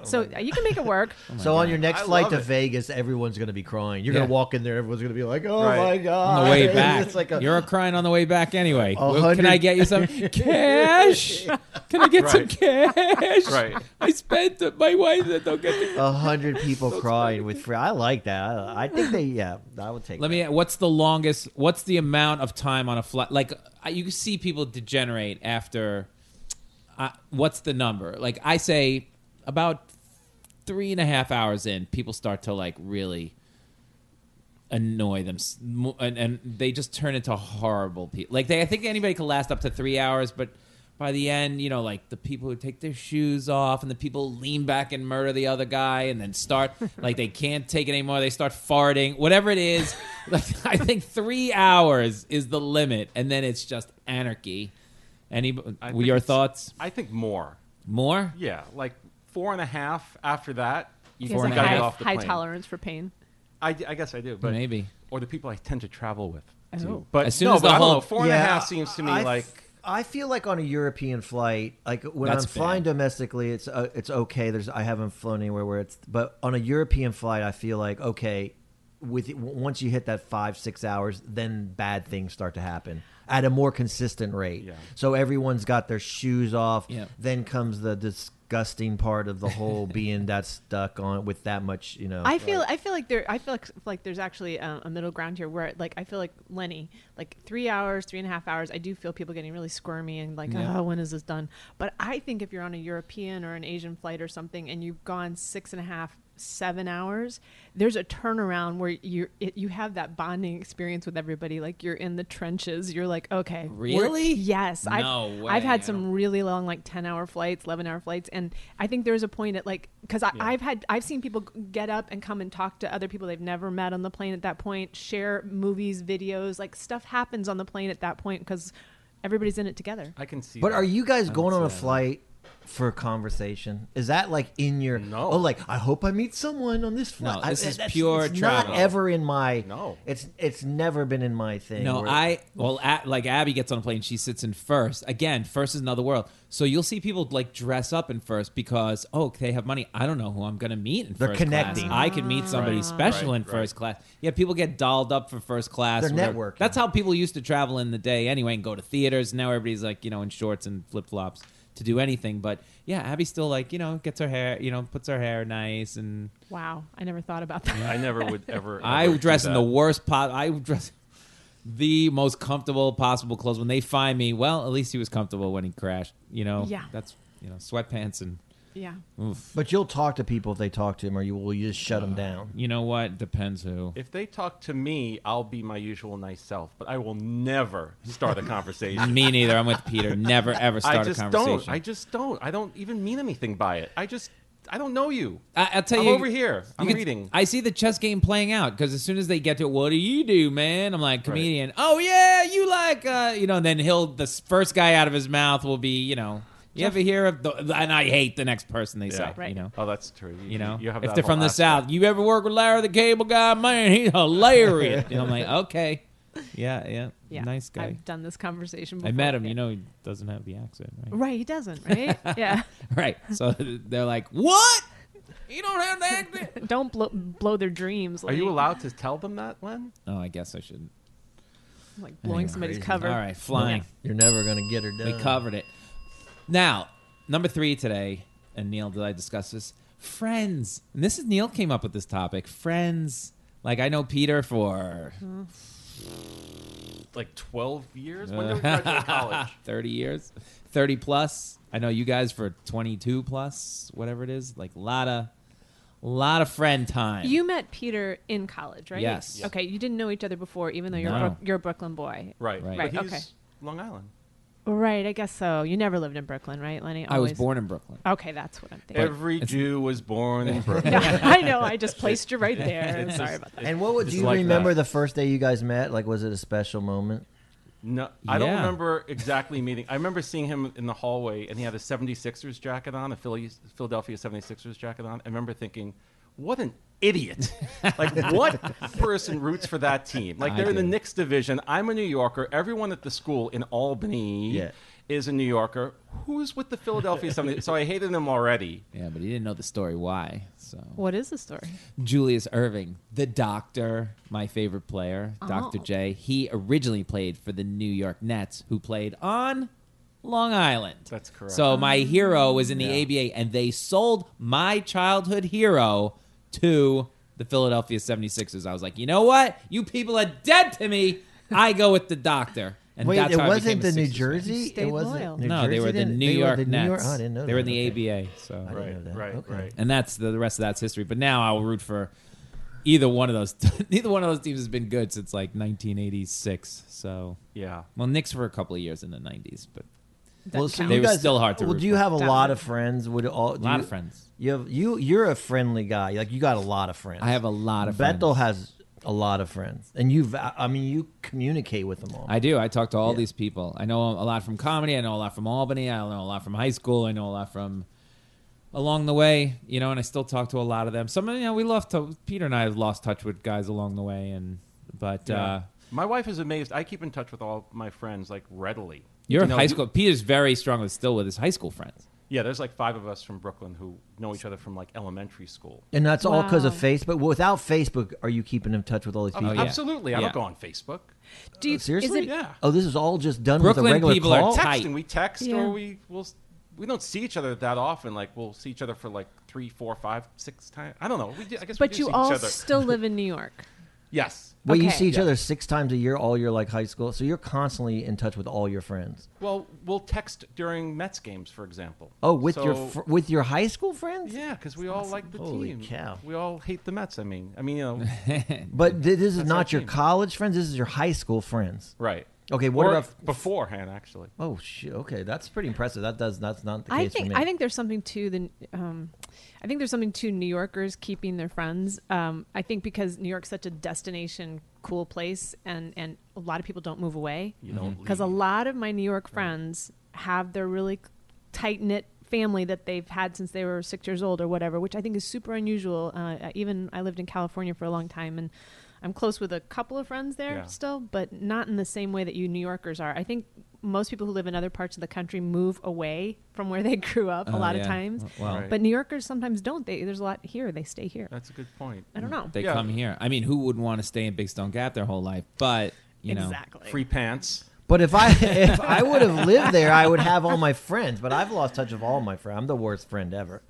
I: So
J: Oh
I: uh, you can make it work.
G: so on your next
J: I
G: flight
J: love
G: to
J: it.
G: Vegas, everyone's going to be crying. You're going
H: Oh Yeah.
G: to walk in there, everyone's going to be like, "Oh
J: Right.
G: my god!"
H: On the way back,
G: It's like a,
H: you're crying on the way back anyway. Well,
G: hundred-
H: Can I get you some cash? Can I get some
J: Right.
H: cash?
J: Right.
H: I spent it- my wife that don't get the.
G: a hundred people crying with free. I like that. I, I think they. Yeah, I would take.
H: Let
G: that.
H: me. What's the longest? What's the amount of time on a flight? Like I- you can see people degenerate after. Uh, what's the number? Like I say, about three and a half hours in, people start to like really annoy them, s- mo- and, and they just turn into horrible people. Like they, I think anybody could last up to three hours, but by the end, you know, like the people who take their shoes off and the people lean back and murder the other guy, and then start like they can't take it anymore. They start farting, whatever it is. like, I think three hours is the limit, and then it's just anarchy. Any
J: I think
H: your
J: it's-
H: thoughts?
J: I think more.
H: More?
J: Yeah, like four and a half after that. You
I: He has
H: Four
I: a
H: and a
J: gotta
I: high,
J: get
H: half.
J: off the
I: high
J: plane.
I: tolerance for pain.
J: I, I guess I do, but
H: Maybe.
J: or the people I tend to travel with.
I: Oh.
J: But
H: As soon
J: no,
H: as the
J: but I don't
H: whole-
J: know. Four and a half
G: Yeah,
J: seems to me
G: I f-
J: like
G: I feel like on a European flight, like when
H: That's
G: I'm flying
H: bad.
G: domestically, it's uh, it's okay. There's I haven't flown anywhere where it's, but on a European flight, I feel like okay. With w- once you hit that five six hours, then bad things start to happen at a more consistent rate.
J: Yeah.
G: So everyone's got their shoes off.
H: Yeah.
G: Then comes the dis- disgusting part of the whole being that stuck on with that much, you know.
I: I feel I feel like there I feel like, like there's actually a, a middle ground here where like I feel like Lenny like three hours three and a half hours I do feel people getting really squirmy and like
H: Yeah.
I: oh when is this done but I think if you're on a European or an Asian flight or something and you've gone six and a half seven hours there's a turnaround where you it, you have that bonding experience with everybody like you're in the trenches you're like okay we're-
H: Really?
I: yes I've,
H: No way,
I: I've
H: I
I: had some
H: don't-
I: really long like 10 hour flights 11 hour flights and i think there's a point at like because i've had i've seen people g- get up and come and talk to other people they've never met on the plane at that point share movies videos like stuff happens on the plane at that point because everybody's in it together
J: I can see.
G: But
J: that.
G: are you guys going on a
H: see that.
G: flight for a conversation? Is that like in your
J: No.
G: Oh, like I hope I meet someone on this flight.
H: No,
G: I-
H: this is
G: that's-
H: pure
G: it's
H: travel.
G: Not ever in my.
J: No.
G: it's it's never been in my thing.
H: No,
G: where-
H: I well, a like Abby gets on a plane, she sits in first. Again, first is another world. So you'll see people like dress up in first because oh, they have money. I don't know who I'm going to meet in
G: They're
H: first
G: connecting.
H: class. I could meet somebody special
J: right,
H: in
J: right.
H: first class. Yeah, people get dolled up for first class.
G: They're
H: whatever.
G: networking.
H: That's how people used to travel in the day anyway, and go to theaters. Now everybody's like you know in shorts and flip flops to do anything. But yeah, Abby still like you know gets her hair, you know puts her hair nice and
I: wow i never thought about that
J: I never would ever.
H: I
J: ever
H: would dress
J: do
H: in the
J: that.
H: worst pot. I would dress the most comfortable possible clothes. When they find me, well, at least he was comfortable when he crashed. You know,
I: Yeah.
H: that's you know, sweatpants and
I: yeah
G: But you'll talk to people if they talk to him, or you will you just shut
H: Uh,
G: them down.
H: you know what depends who.
J: If they talk to me, I'll be my usual nice self, but I will never start a conversation.
H: me neither. I'm with Peter. Never ever start
J: I just
H: a conversation.
J: don't. I just don't. I don't even mean anything by it. I just. I don't know you.
H: I, will tell
J: I'm
H: you.
J: over here.
H: you
J: I'm
H: can-
J: reading.
H: I see the chess game playing out because as soon as they get to, what do you do, man? I'm like comedian. Oh yeah, you like, uh, you know. And then he'll the s- first guy out of his mouth will be, you know, you ever hear of? The, and I hate the next person they say.
I: Right.
H: You know.
J: Oh, that's true.
H: You know,
J: you have
H: if
J: that
H: they're from
J: whole
H: the
J: aspect.
H: south, you ever work with Larry the Cable Guy? Man, he's hilarious. and I'm like, okay, yeah, yeah,
I: yeah
H: nice guy.
I: i've done this conversation before.
H: I met him.
I: Yeah.
H: You know, he doesn't have the accent, right?
I: right he doesn't right yeah
H: Right. So they're like, what? You don't have the accent?
I: don't blow, blow their dreams
J: Are
I: like,
J: you allowed to tell them that, Len?
H: oh, I guess I shouldn't.
I: like blowing somebody's
G: Crazy.
I: cover
H: All right, flying.
G: You're never gonna get her
H: We
G: done.
H: covered it. Now, number three today, and Neil, did I discuss this? Friends. And this is Neil came up with this topic. Friends. Like I know Peter for
J: Like 12 years? When did we graduate college?
H: 30 years 30 plus i know you guys for 22 plus whatever it is like a lot of lot of friend time
I: You met Peter in college, right?
H: Yes. Yes.
I: Okay, you didn't know each other before, even though you're
H: No.
I: Brook- you're a Brooklyn boy.
J: Right.
H: Right.
J: But
I: Right,
J: he's
I: okay.
J: Long Island.
I: Right. I guess so. You never lived in Brooklyn, right, Lenny?
H: i was
I: Always-
H: born in brooklyn
I: Okay, that's what I'm thinking.
J: Every Jew was born in Brooklyn.
I: Yeah, I know. I just placed you right there. I'm sorry about that.
G: And what would
J: Just
G: do you
J: like
G: remember
J: that.
G: the first day you guys met? Like, was it a special moment?
J: No, I don't
H: Yeah.
J: remember exactly meeting. I remember seeing him in the hallway, and he had a 76ers jacket on, a Philly, Philadelphia 76ers jacket on. I remember thinking, what an idiot. like, what person roots for that team? Like,
H: I
J: they're in the
H: do.
J: Knicks division. I'm a New Yorker. Everyone at the school in Albany
G: Yeah.
J: is a New Yorker. Who's with the Philadelphia 76ers? So I hated him already.
H: yeah but he didn't know the story why so
I: What is the story?
H: julius irving the doctor my favorite player dr j he originally played for the new york nets who played on long island
J: That's correct.
H: so my hero was in the aba and they sold my childhood hero to the philadelphia 76ers i was like you know what you people are dead to me i go with the doctor and
G: Wait,
H: that's
G: it
H: how I
G: wasn't
H: became a
G: the New
H: Sixers fan.
G: Jersey.
I: Stayed
G: it wasn't
I: loyal.
G: New
H: no they
G: Jersey
H: were the
G: didn't-
H: new
G: they were
H: york
G: the
H: nets
G: New York. oh, I didn't know.
H: they were in
G: that.
H: the
G: Okay.
H: aba so
G: I didn't
J: Right,
G: know that.
J: right,
G: Okay.
J: right.
H: and that's the, the rest of that's history. But now I'll root for either one of those. neither one of those teams has been good since like 1986. So
J: Yeah.
H: well, Knicks for a couple of years in the 90s, but
G: Well,
I: Doesn't
G: so
I: count.
H: They
G: you
H: were
G: guys-
H: still hard to
G: Well,
H: root
G: do you
H: for.
G: have a
I: Definitely.
G: lot of friends? Would all
H: a lot of friends.
G: You have you. You're a friendly guy. Like you got a lot of friends.
H: I have a lot of friends.
G: Bethel has a lot of friends, and you've. I mean, you communicate with them all.
H: I do. I talk to all these people. I know a lot from comedy. I know a lot from Albany. I know a lot from high school. I know a lot from along the way, you know, and I still talk to a lot of them. Some, you know, we lost, to, Peter and I have lost touch with guys along the way. And, but, uh,
J: My wife is amazed. I keep in touch with all my friends, like, readily.
H: you're
J: You
H: in
J: know,
H: high
J: you-
H: school. Peter's very strong with still with his high school friends.
J: Yeah, there's like five of us from Brooklyn who know each other from like elementary school.
G: and that's all because of
I: Wow. Oh,
G: Facebook. Without Facebook, are you keeping in touch with all these people?
H: yeah.
J: Absolutely. I
H: Yeah.
J: don't go on Facebook.
I: Do you,
G: Seriously?
I: Is it,
J: Yeah.
G: Oh, this is all just done with a
H: Brooklyn
G: regular
H: people are
G: call.
H: tight.
J: Texting. We text
I: Yeah.
J: or we will we don't see each other that often. Like we'll see each other for like three, four, five, six times. I don't know. We do, I guess. we
I: But
J: do
I: you
J: see
I: all
J: each other.
I: still live in New York.
J: yes.
G: Well, you
I: Okay.
G: see each
J: Yeah.
G: other six times a year, all your like high school, so you're constantly in touch with all your friends.
J: Well, we'll text during Mets games, for example.
G: Oh, with your
J: So-
G: fr- with your high school friends.
J: yeah, because we all like the
G: Holy
J: team.
G: cow.
J: We all hate the Mets. I mean, I mean, you know,
G: But th- this is
J: That's
G: not
J: our
G: your
J: team.
G: college friends. This is your high school friends.
J: right?
G: Okay, what
J: Or
G: about-
J: beforehand? Actually,
G: Oh shit. Okay, that's pretty impressive. That does that's not the case
I: I
G: for
I: think
G: me.
I: I think there's something to the um, I think there's something to New Yorkers keeping their friends. Um, I think because New York's such a destination cool place, and and a lot of people don't move away.
J: you know,
G: Mm-hmm.
I: because a lot of my New York friends have their really tight knit family that they've had since they were six years old or whatever, which I think is super unusual. Uh, even I lived in California for a long time, and I'm close with a couple of friends there
J: Yeah.
I: still, but not in the same way that you New Yorkers are. I think most people who live in other parts of the country move away from where they grew up a lot of times,
H: Oh, Well,
J: Right.
I: but New Yorkers sometimes don't. They, there's a lot here; they stay here.
J: that's a good point.
I: I don't know.
H: they
J: Yeah.
H: come here. I mean, who wouldn't want to stay in Big Stone Gap their whole life? But you know,
I: exactly.
J: Free pants.
G: but if I if I would have lived there, I would have all my friends. But I've lost touch of all my friends. I'm the worst friend ever.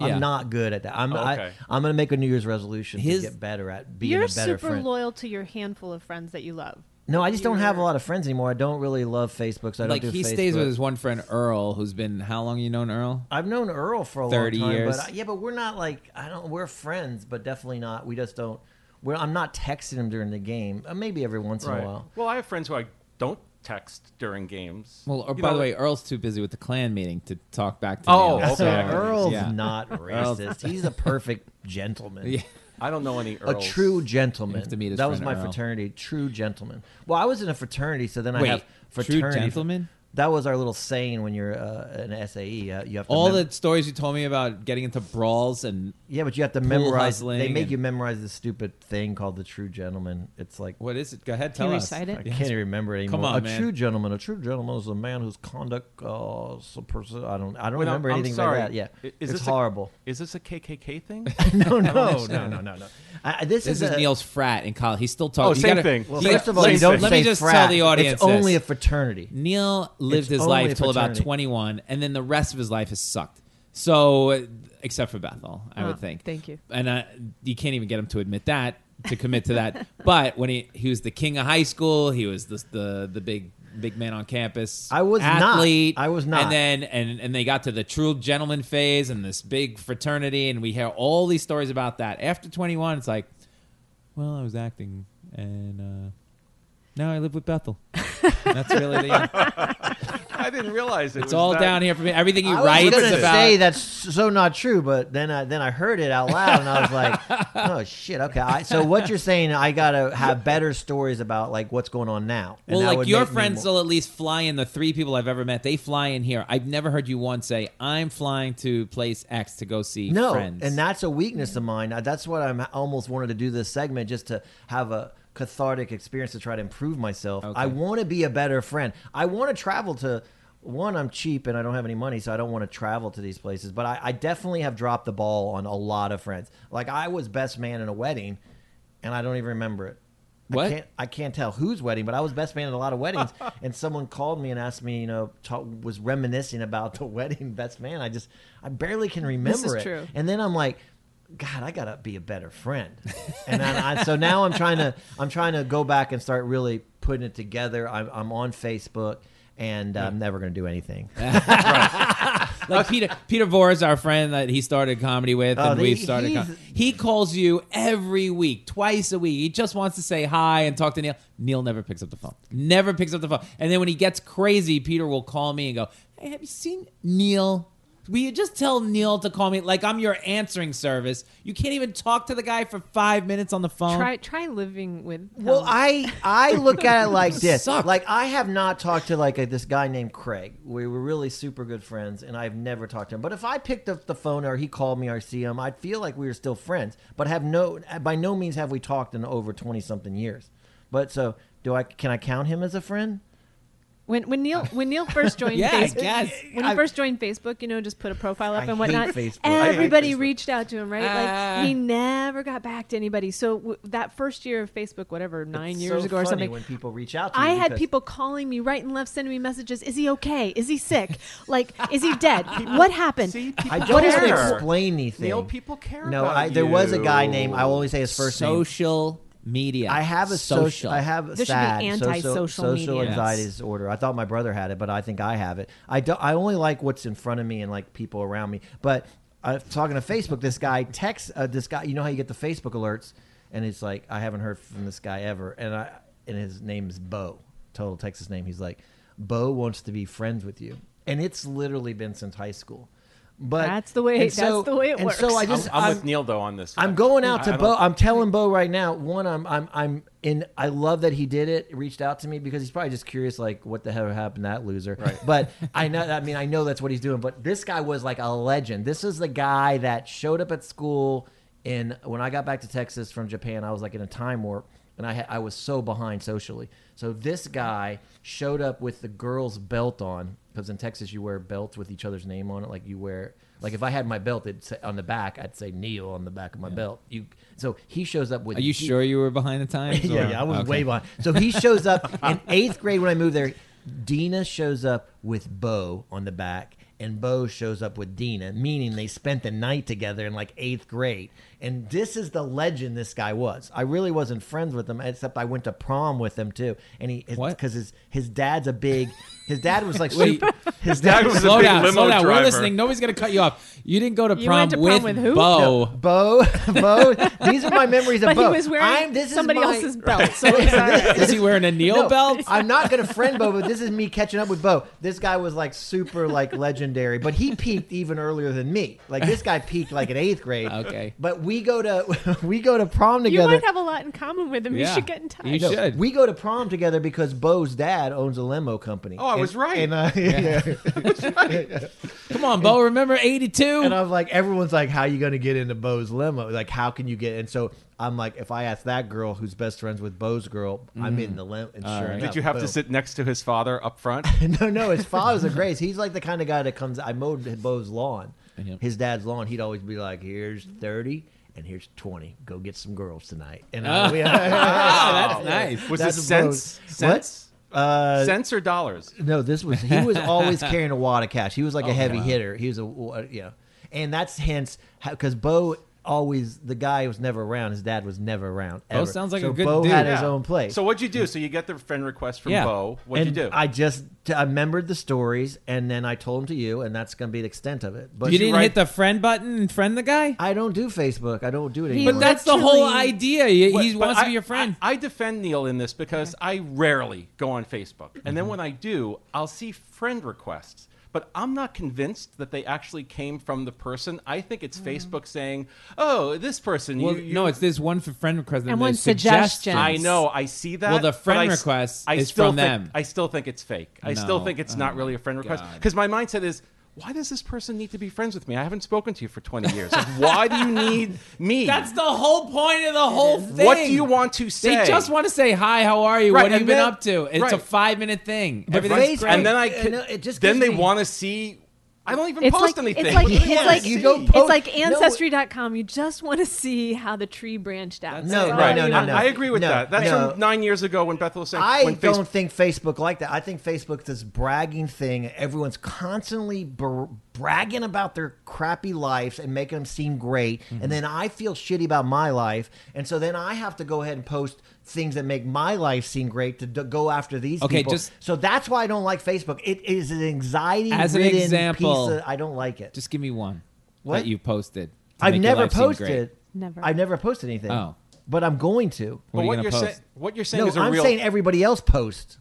H: Yeah.
G: I'm not good at that. I'm
J: Oh,
G: I,
J: okay.
G: I'm gonna make a New Year's resolution
H: His-
G: to get better at being
I: You're
G: a better
I: super
G: friend.
I: loyal to your handful of friends that you love.
G: no, I just don't have a
I: You're-
G: lot of friends anymore. I don't really love Facebook, so I don't
H: like
G: do
H: he
G: Facebook.
H: stays with his one friend Earl, who's been how long you known Earl?
G: I've known Earl for a
H: 30
G: long time,
H: years.
G: but I, yeah, but we're not like I don't. We're friends, but definitely not. We just don't. We're, I'm not texting him during the game. Uh, maybe every once in a while.
J: Well, I have friends who I don't text during games.
H: Well,
G: uh,
H: or,
J: You
H: by
J: know,
H: the way, Earl's too busy with the clan meeting to talk back to.
J: Oh,
H: me. on
J: okay.
H: So,
J: Yeah,
G: Earl's
H: yeah.
G: not racist. He's a perfect gentleman.
H: Yeah.
J: I don't know any
G: A
J: Earls.
G: true gentleman.
H: You have to meet his
G: that was
H: friend
G: my
H: Earl.
G: fraternity. True gentleman. Well, I was in a fraternity, so then
H: Wait,
G: I have
H: true
G: fraternity.
H: gentleman?
G: That was our little saying when you're uh, an SAE. Uh, you have to
H: All
G: mem-
H: the stories you told me about getting into brawls and
G: yeah, but you have to memorize. They
H: hustling
G: make
H: and-
G: you memorize this stupid thing called the true gentleman. It's like
H: what is it? Go ahead, tell
I: Can you
H: us.
I: recite it?
G: I can't even remember it anymore.
H: Come on,
G: a
H: man.
G: true gentleman. A true gentleman is a man whose conduct, uh, supers- I don't, I don't
J: Wait, I'm-
G: remember
J: I'm
G: anything
J: sorry.
G: like that. Yeah,
J: I- is
G: it's
J: this a-
G: horrible.
J: Is this a KKK thing?
G: no, no, no, no,
J: understand.
G: no, no, I, I- this,
H: Oh, uh, This is
G: a,
H: Neil's frat in college. He's still talking.
J: Oh, same thing.
G: Well,
J: You
G: first
J: gotta-
G: of all,
H: let,
G: you don't
H: let
G: say
H: me just
G: frat.
H: tell the audience.
G: It's only a
H: this.
G: fraternity.
H: Neil lived
G: It's
H: his
G: only
H: life
G: a
H: till about
G: fraternity.
H: 21, and then the rest of his life has sucked. So, except for Bethel, I
I: Oh,
H: would think.
I: thank you.
H: And I, you can't even get him to admit that, to commit to that. But when he he was the king of high school, he was the the, the big big man on campus.
G: I was not.
H: athlete.
G: I was not.
H: And then and and they got to the true gentleman phase and this big fraternity, and we hear all these stories about that. After 21, it's like, well, I was acting, and uh, now I live with Bethel. That's really the.
J: I didn't realize it.
H: It's
J: was
H: all
J: that-
H: down here for me. Everything he
G: I was
H: writes
G: gonna
H: about.
G: say that's so not true, but then I, then I heard it out loud and I was like, oh shit, okay. I, so what you're saying, I gotta have better stories about like what's going on now. And
H: well,
G: that
H: like
G: would
H: your
G: make me
H: friends
G: more-
H: will at least fly in. The three people I've ever met, they fly in here. I've never heard you once say, "I'm flying to place X to go see
G: no,
H: friends."
G: and that's a weakness of mine. Uh, That's what I'm I almost wanted to do this segment just to have a cathartic experience to try to improve myself. I want to be a better friend. I want to travel to. One, I'm cheap and I don't have any money, so I don't want to travel to these places. But I, I definitely have dropped the ball on a lot of friends. Like I was best man in a wedding, and I don't even remember it.
H: What?
G: I can't, I can't tell whose wedding, but I was best man at a lot of weddings. and someone called me and asked me, you know, talk, was reminiscing about the wedding best man. I just, I barely can remember
I: This is
G: remember it.
I: true.
G: And then I'm like, God, I gotta be a better friend. And I, I, so now I'm trying to I'm trying to go back and start really putting it together. I'm, I'm on Facebook. And I'm never going to do anything.
H: like Peter Peter Voris, our friend that he started comedy with,
G: Oh,
H: and
G: the-
H: we've started.
G: he's-
H: com- he calls you every week, twice a week. He just wants to say hi and talk to Neil. Neil never picks up the phone. Never picks up the phone. And then when he gets crazy, Peter will call me and go, "Hey, have you seen Neil?" Will you just tell Neil to call me? Like I'm your answering service. You can't even talk to the guy for five minutes on the phone.
I: Try try living with.
G: Well,
I: Helen.
G: I I look at it like this.
H: Suck.
G: Like I have not talked to like a, this guy named Craig. We were really super good friends, and I've never talked to him. But if I picked up the phone or he called me or I see him, I'd feel like we were still friends. But have no by no means have we talked in over twenty something years. But so do I? Can I count him as a friend?
I: When, when Neil when Neil first joined
H: Yeah, I
I: Facebook,
H: guess.
I: when
G: I-
I: he first joined Facebook, you know, just put a profile up
G: I
I: and whatnot.
G: hate Facebook. I hate
I: Everybody
G: Facebook.
I: reached out to him, right?
H: Ah.
I: like he never got back to anybody. So w- that first year of Facebook, whatever, nine
G: It's
I: years
G: so
I: ago or
G: funny
I: something,
G: When people reach out to
I: I
G: you
I: had
G: because-
I: people calling me right and left, sending me messages. Is he okay? Is he sick? Like, is he dead? what happened?
J: See,
G: I
J: people
G: don't
I: is
G: want
J: care.
G: to explain anything.
J: Neil, people care
G: No,
J: about
G: I, there was a guy
J: you.
G: named I will only say his first name.
H: social media.
G: I have a social. I have a
I: This should be
G: sad social,
I: anti-social
G: social
I: media.
G: anxiety disorder. I thought my brother had it, but I think I have it. I don't. I only like what's in front of me and like people around me. But uh, talking to Facebook, this guy texts uh, this guy. You know how you get the Facebook alerts, and it's like I haven't heard from this guy ever, and I and his name is Bo. Total Texas name. He's like Bo wants to be friends with you, and it's literally been since high school. But
I: That's the way-
G: and so-
I: that's the way it
G: and
I: works.
G: So I
J: I'm,
G: just
J: I'm
G: I'm-
J: with Neil though on this.
G: I'm going out
J: I
G: to
J: don't-
G: Bo. I'm telling Bo right now. One, I'm I'm I'm in. I love that he did it. Reached out to me because he's probably just curious, like what the hell happened to that loser. Right. But I know. I mean, I know that's what he's doing. But this guy was like a legend. This is the guy that showed up at school. in when I got back to Texas from Japan, I was like in a time warp, and I had, I was so behind socially. So this guy showed up with the girl's belt on because in Texas you wear belts with each other's name on it. Like you wear like if I had my belt it'd say, on the back, I'd say Neil on the back of my belt. You so he shows up with.
H: Are you
G: he-
H: sure you were behind the times?
G: yeah,
H: or-
G: yeah, I was
H: okay.
G: way behind. So he shows up in eighth grade when I moved there. Dina shows up with Bo on the back, and Bo shows up with Dina, meaning they spent the night together in like eighth grade. And this is the legend this guy was. I really wasn't friends with him, except I went to prom with him too. And he
H: What?
G: because his his dad's a big. His dad was like
H: Wait.
G: super. His dad was
H: Slow
J: big
H: down,
J: limo
H: slow down. We're
J: driver.
H: listening. Nobody's gonna cut you off. You didn't go to
I: You
H: prom,
I: went to prom with who?
H: Bo.
G: Bo. Bo. These are my memories of
I: but
G: Bo.
I: he was wearing
G: I'm- this is
I: somebody
G: my-
I: else's belt. So it's all right.
H: Is he wearing a Neil
G: No,
H: belt?
G: I'm not gonna friend Bo, but this is me catching up with Bo. This guy was like super like legendary, but he peaked even earlier than me. Like this guy peaked like in eighth grade.
H: Okay.
G: But we go to we go to prom
I: You
G: together.
I: might have a lot in common with him.
H: Yeah.
I: You should get in touch.
H: You
G: No,
H: should.
G: we go to prom together because Bo's dad owns a limo company.
J: Oh, I was
G: And-
J: right.
G: And, uh, yeah.
H: Come on, Bo. Remember '82?
G: and I'm like, everyone's like, "How you gonna get into Bo's limo? Like, how can you get?" And so I'm like, if I ask that girl who's best friends with Bo's girl, I'm in the limo. And sure
H: right.
G: enough,
J: Did you have
G: boom.
J: to sit next to his father up front?
G: no, no, his father's a grace. He's like the kind of guy that comes. I mowed Bo's lawn,
H: Yep.
G: his dad's lawn. He'd always be like, "Here's thirty, and here's twenty. Go get some girls tonight." And I, we,
H: Ah, that's nice.
J: Was
G: That's
J: this
G: Bo's-
J: cents? Cents?
G: uh,
J: Cents or dollars?
G: no, this was he was always carrying a wad of cash. He was
H: Oh,
G: like a heavy hitter. He was a uh, yeah, and that's hence because Bo always the guy was never around. His dad was never around.
H: Bo
G: ever.
H: sounds like
G: so
H: a good
G: Bo
H: dude.
G: had his
J: Yeah.
G: own place.
J: So what'd you do? So you get the friend request from
H: Yeah.
J: Bo. What'd
G: and
J: you do?
G: I just I remembered the stories, and then I told them to you, and that's going to be the extent of it. But
H: You didn't
J: write-
H: hit the friend button and friend the guy.
G: I don't do Facebook. I don't do it anymore.
H: But that's the whole idea. He,
J: But-
H: he
J: but
H: wants to
J: I-
H: be your friend.
J: I, I defend Neil in this because I rarely go on Facebook. And
H: Mm-hmm.
J: then when I do, I'll see friend requests. But I'm not convinced that they actually came from the person. I think it's Facebook saying, "Oh, this person."
H: Mm-hmm. well,
J: you, you,
H: no, it's this one for friend request and,
I: And
H: the
I: one
H: suggestions.
I: suggestion.
J: I know. I see that.
H: Well, the
J: but
H: friend
J: I s-
H: request
J: I
H: is
J: still
H: from
J: think-
H: them.
J: I still think it's fake. I still
H: No. Oh
J: think it's not really a friend request
H: God.
J: because my mindset is. Why does this person need to be friends with me? I haven't spoken to you for 20 years. Like, why do you need me?
H: That's the whole point of the whole thing.
J: What do you want to say?
H: They just want to say hi. How are you?
J: Right,
H: what have you
J: and
H: been
J: then-
H: up to? It's a
J: right.
H: five minute thing.
G: Facebook-
H: Everything's great.
J: and then I
G: Yeah,
J: can,
G: no, it just
J: then
G: gives
J: they
G: me-
J: want to see. I don't even
I: It's
J: post
I: like,
J: anything.
I: It's like,
J: What do you
I: it's
J: wanna
I: like,
J: see?
G: You go
I: it's
G: post-
I: like
G: No, it-
I: Ancestry.com. You just want to see how the tree branched out.
G: No,
I: That's all
G: right,
I: you
G: no, no,
I: want.
G: no.
J: I agree with
G: No,
J: that. That's
G: no.
J: from nine years ago when Beth was saying.
G: I
J: when
G: don't
J: Facebook,
G: think Facebook like that. I think Facebook's this bragging thing. Everyone's constantly br- bragging about their crappy lives and making them seem great.
H: Mm-hmm.
G: And then I feel shitty about my life. And so then I have to go ahead and post things that make my life seem great to d- go after these
H: Okay,
G: people.
H: just-
G: so that's why I don't like Facebook. It is an anxiety
H: As an
G: ridden
H: example-
G: piece of, I don't like it.
H: Just give me one
G: What?
H: that you posted. to
G: I've
H: make your
G: never
H: life seem great.
G: posted.
I: Never.
G: I've never posted anything.
H: Oh.
G: But I'm going to.
H: What
J: but
H: are you
J: what
H: gonna
J: you're
H: post?
J: saying, what you're saying
G: No,
J: is a
G: I'm
J: real.
G: saying everybody else posts.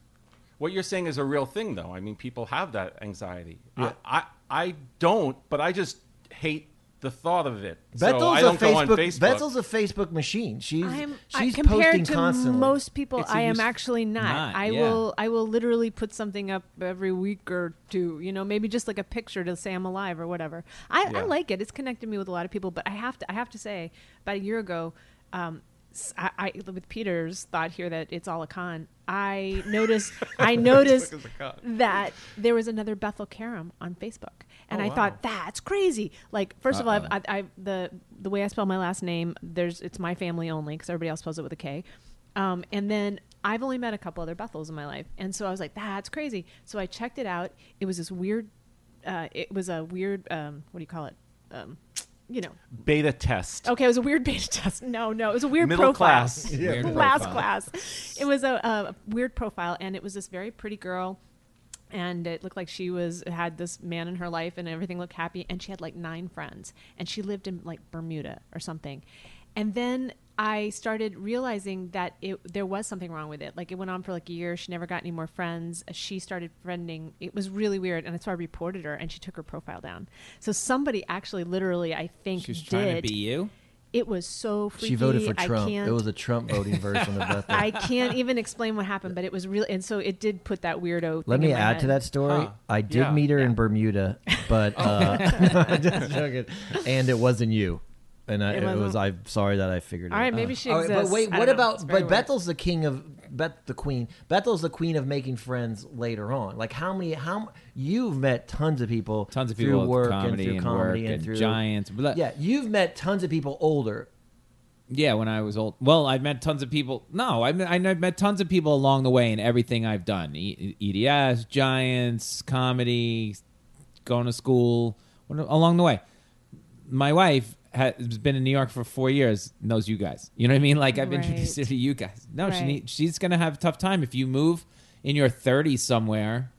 J: what you're saying is a real thing, though. I mean, people have that anxiety. I, I, I don't, but I just hate the thought of it.
G: Bethel's
J: so I
G: a
J: don't go on
G: Facebook,
J: Facebook.
G: Bethel's a Facebook machine. She's
I: I'm, I,
G: she's posting
I: compared to
G: constantly.
I: most people,
H: It's a
I: I am
H: use-
I: actually not.
H: not,
I: I
H: yeah.
I: will I will literally put something up every week or two. You know, maybe just like a picture to say I'm alive or whatever. I,
J: Yeah.
I: I like it. It's connected me with a lot of people. But I have to I have to say, about a year ago, um, s- I, I- with Peter's thought here that it's all a con. I noticed I noticed
J: It's a con.
I: that there was another Bethel Karam on Facebook, and
J: Oh, wow.
I: I
J: Uh-uh.
I: thought that's crazy. Like, 1st of all, I've, I've, I've the the way I spell my last name, there's it's my family only because everybody else spells it with a K. Um, and then I've only met a couple other Bethels in my life, and so I was like, that's crazy. So I checked it out. It was this weird. Uh, it was a weird. Um, what do you call it? Um, you know,
J: Beta test.
I: Okay, it was a weird beta test. No, no, it was a weird
J: Middle
I: profile.
J: class.
H: Weird
I: Last
H: profile.
I: class. It was a, a weird profile, and it was this very pretty girl, and it looked like she was had this man in her life, and everything looked happy, and she had like nine friends, and she lived in like Bermuda or something, and then. I started realizing that it there was something wrong with it. Like it went on for like a year. She never got any more friends. She started friending. It was really weird, and so I reported her, and she took her profile down. So somebody actually, literally, I think
H: She was
I: did
H: trying to be you.
I: it was so freaky.
G: She voted for
I: I
G: Trump.
I: can't,
G: It was a Trump voting version of Bethel.
I: I can't even explain what happened, but it was real. And so it did put that weirdo.
G: Let
I: thing in
G: me
I: my
G: add to
I: head. Oh.
G: that story.
J: Huh.
G: I did
J: Yeah.
G: meet her in Bermuda, but uh, I'm just joking. And it wasn't you. And I,
I: It
G: it, was.
I: wasn't.
G: I'm sorry that I figured.
I: All
G: it
I: right,
G: out.
I: maybe she
G: All right,
I: exists.
G: but wait,
I: I
G: what
I: don't know. It's
G: about?
I: very
G: But
I: weird.
G: Bethel's the king of Beth, the queen. Bethel's the queen of making friends later on. Like how many? How m- you've met tons of people,
H: Tons of
G: through
H: people with
G: work and
H: comedy
G: through
H: and
G: comedy
H: work
G: and,
H: and
G: through
H: giants, blah.
G: Yeah, you've met tons of people older.
H: Yeah, when I was old. Well, I've met tons of people. No, I've met, I've met tons of people along the way in everything I've done: E- EDS, Giants, comedy, going to school, what- along the way. My wife has been in New York for four years. Knows you guys. You know what I mean? Like I've
I: Right.
H: introduced her to you guys. No, she
I: Right.
H: need, she's gonna have a tough time if you move in your 30s somewhere.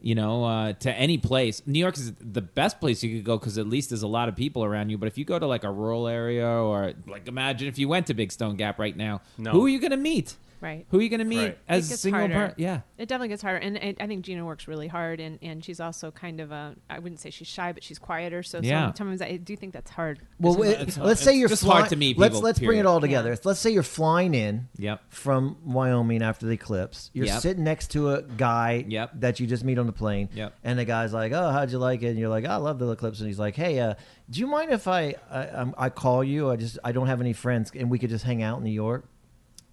H: You know, uh, to any place. New York is the best place you could go because at least there's a lot of people around you. But if you go to like a rural area or like imagine if you went to Big Stone Gap right now,
J: No.
H: who are you gonna meet?
I: Right.
H: Who are you gonna meet
J: Right.
H: as
I: It
H: a
I: gets
H: single
I: harder.
H: person? Yeah.
I: It definitely gets harder, and, and I think Gina works really hard, and, and she's also kind of a I wouldn't say she's shy, but she's quieter. So
H: Yeah.
I: sometimes I do think that's hard.
G: Well,
H: It's-
G: wait,
H: it's hard-
G: let's say
H: it's
G: you're
H: just
G: fly-
H: hard to meet
G: Let's
H: people,
G: let's bring
H: period.
G: it all together. Let's say you're flying in.
H: Yep.
G: From Wyoming after the eclipse, you're
H: Yep.
G: sitting next to a guy
H: Yep.
G: that you just meet on the plane.
H: Yep.
G: And the guy's like, "Oh, how'd you like it?" And you're like, "I love the eclipse." And he's like, "Hey, uh, do you mind if I I, um, I call you? I just I don't have any friends, and we could just hang out in New York."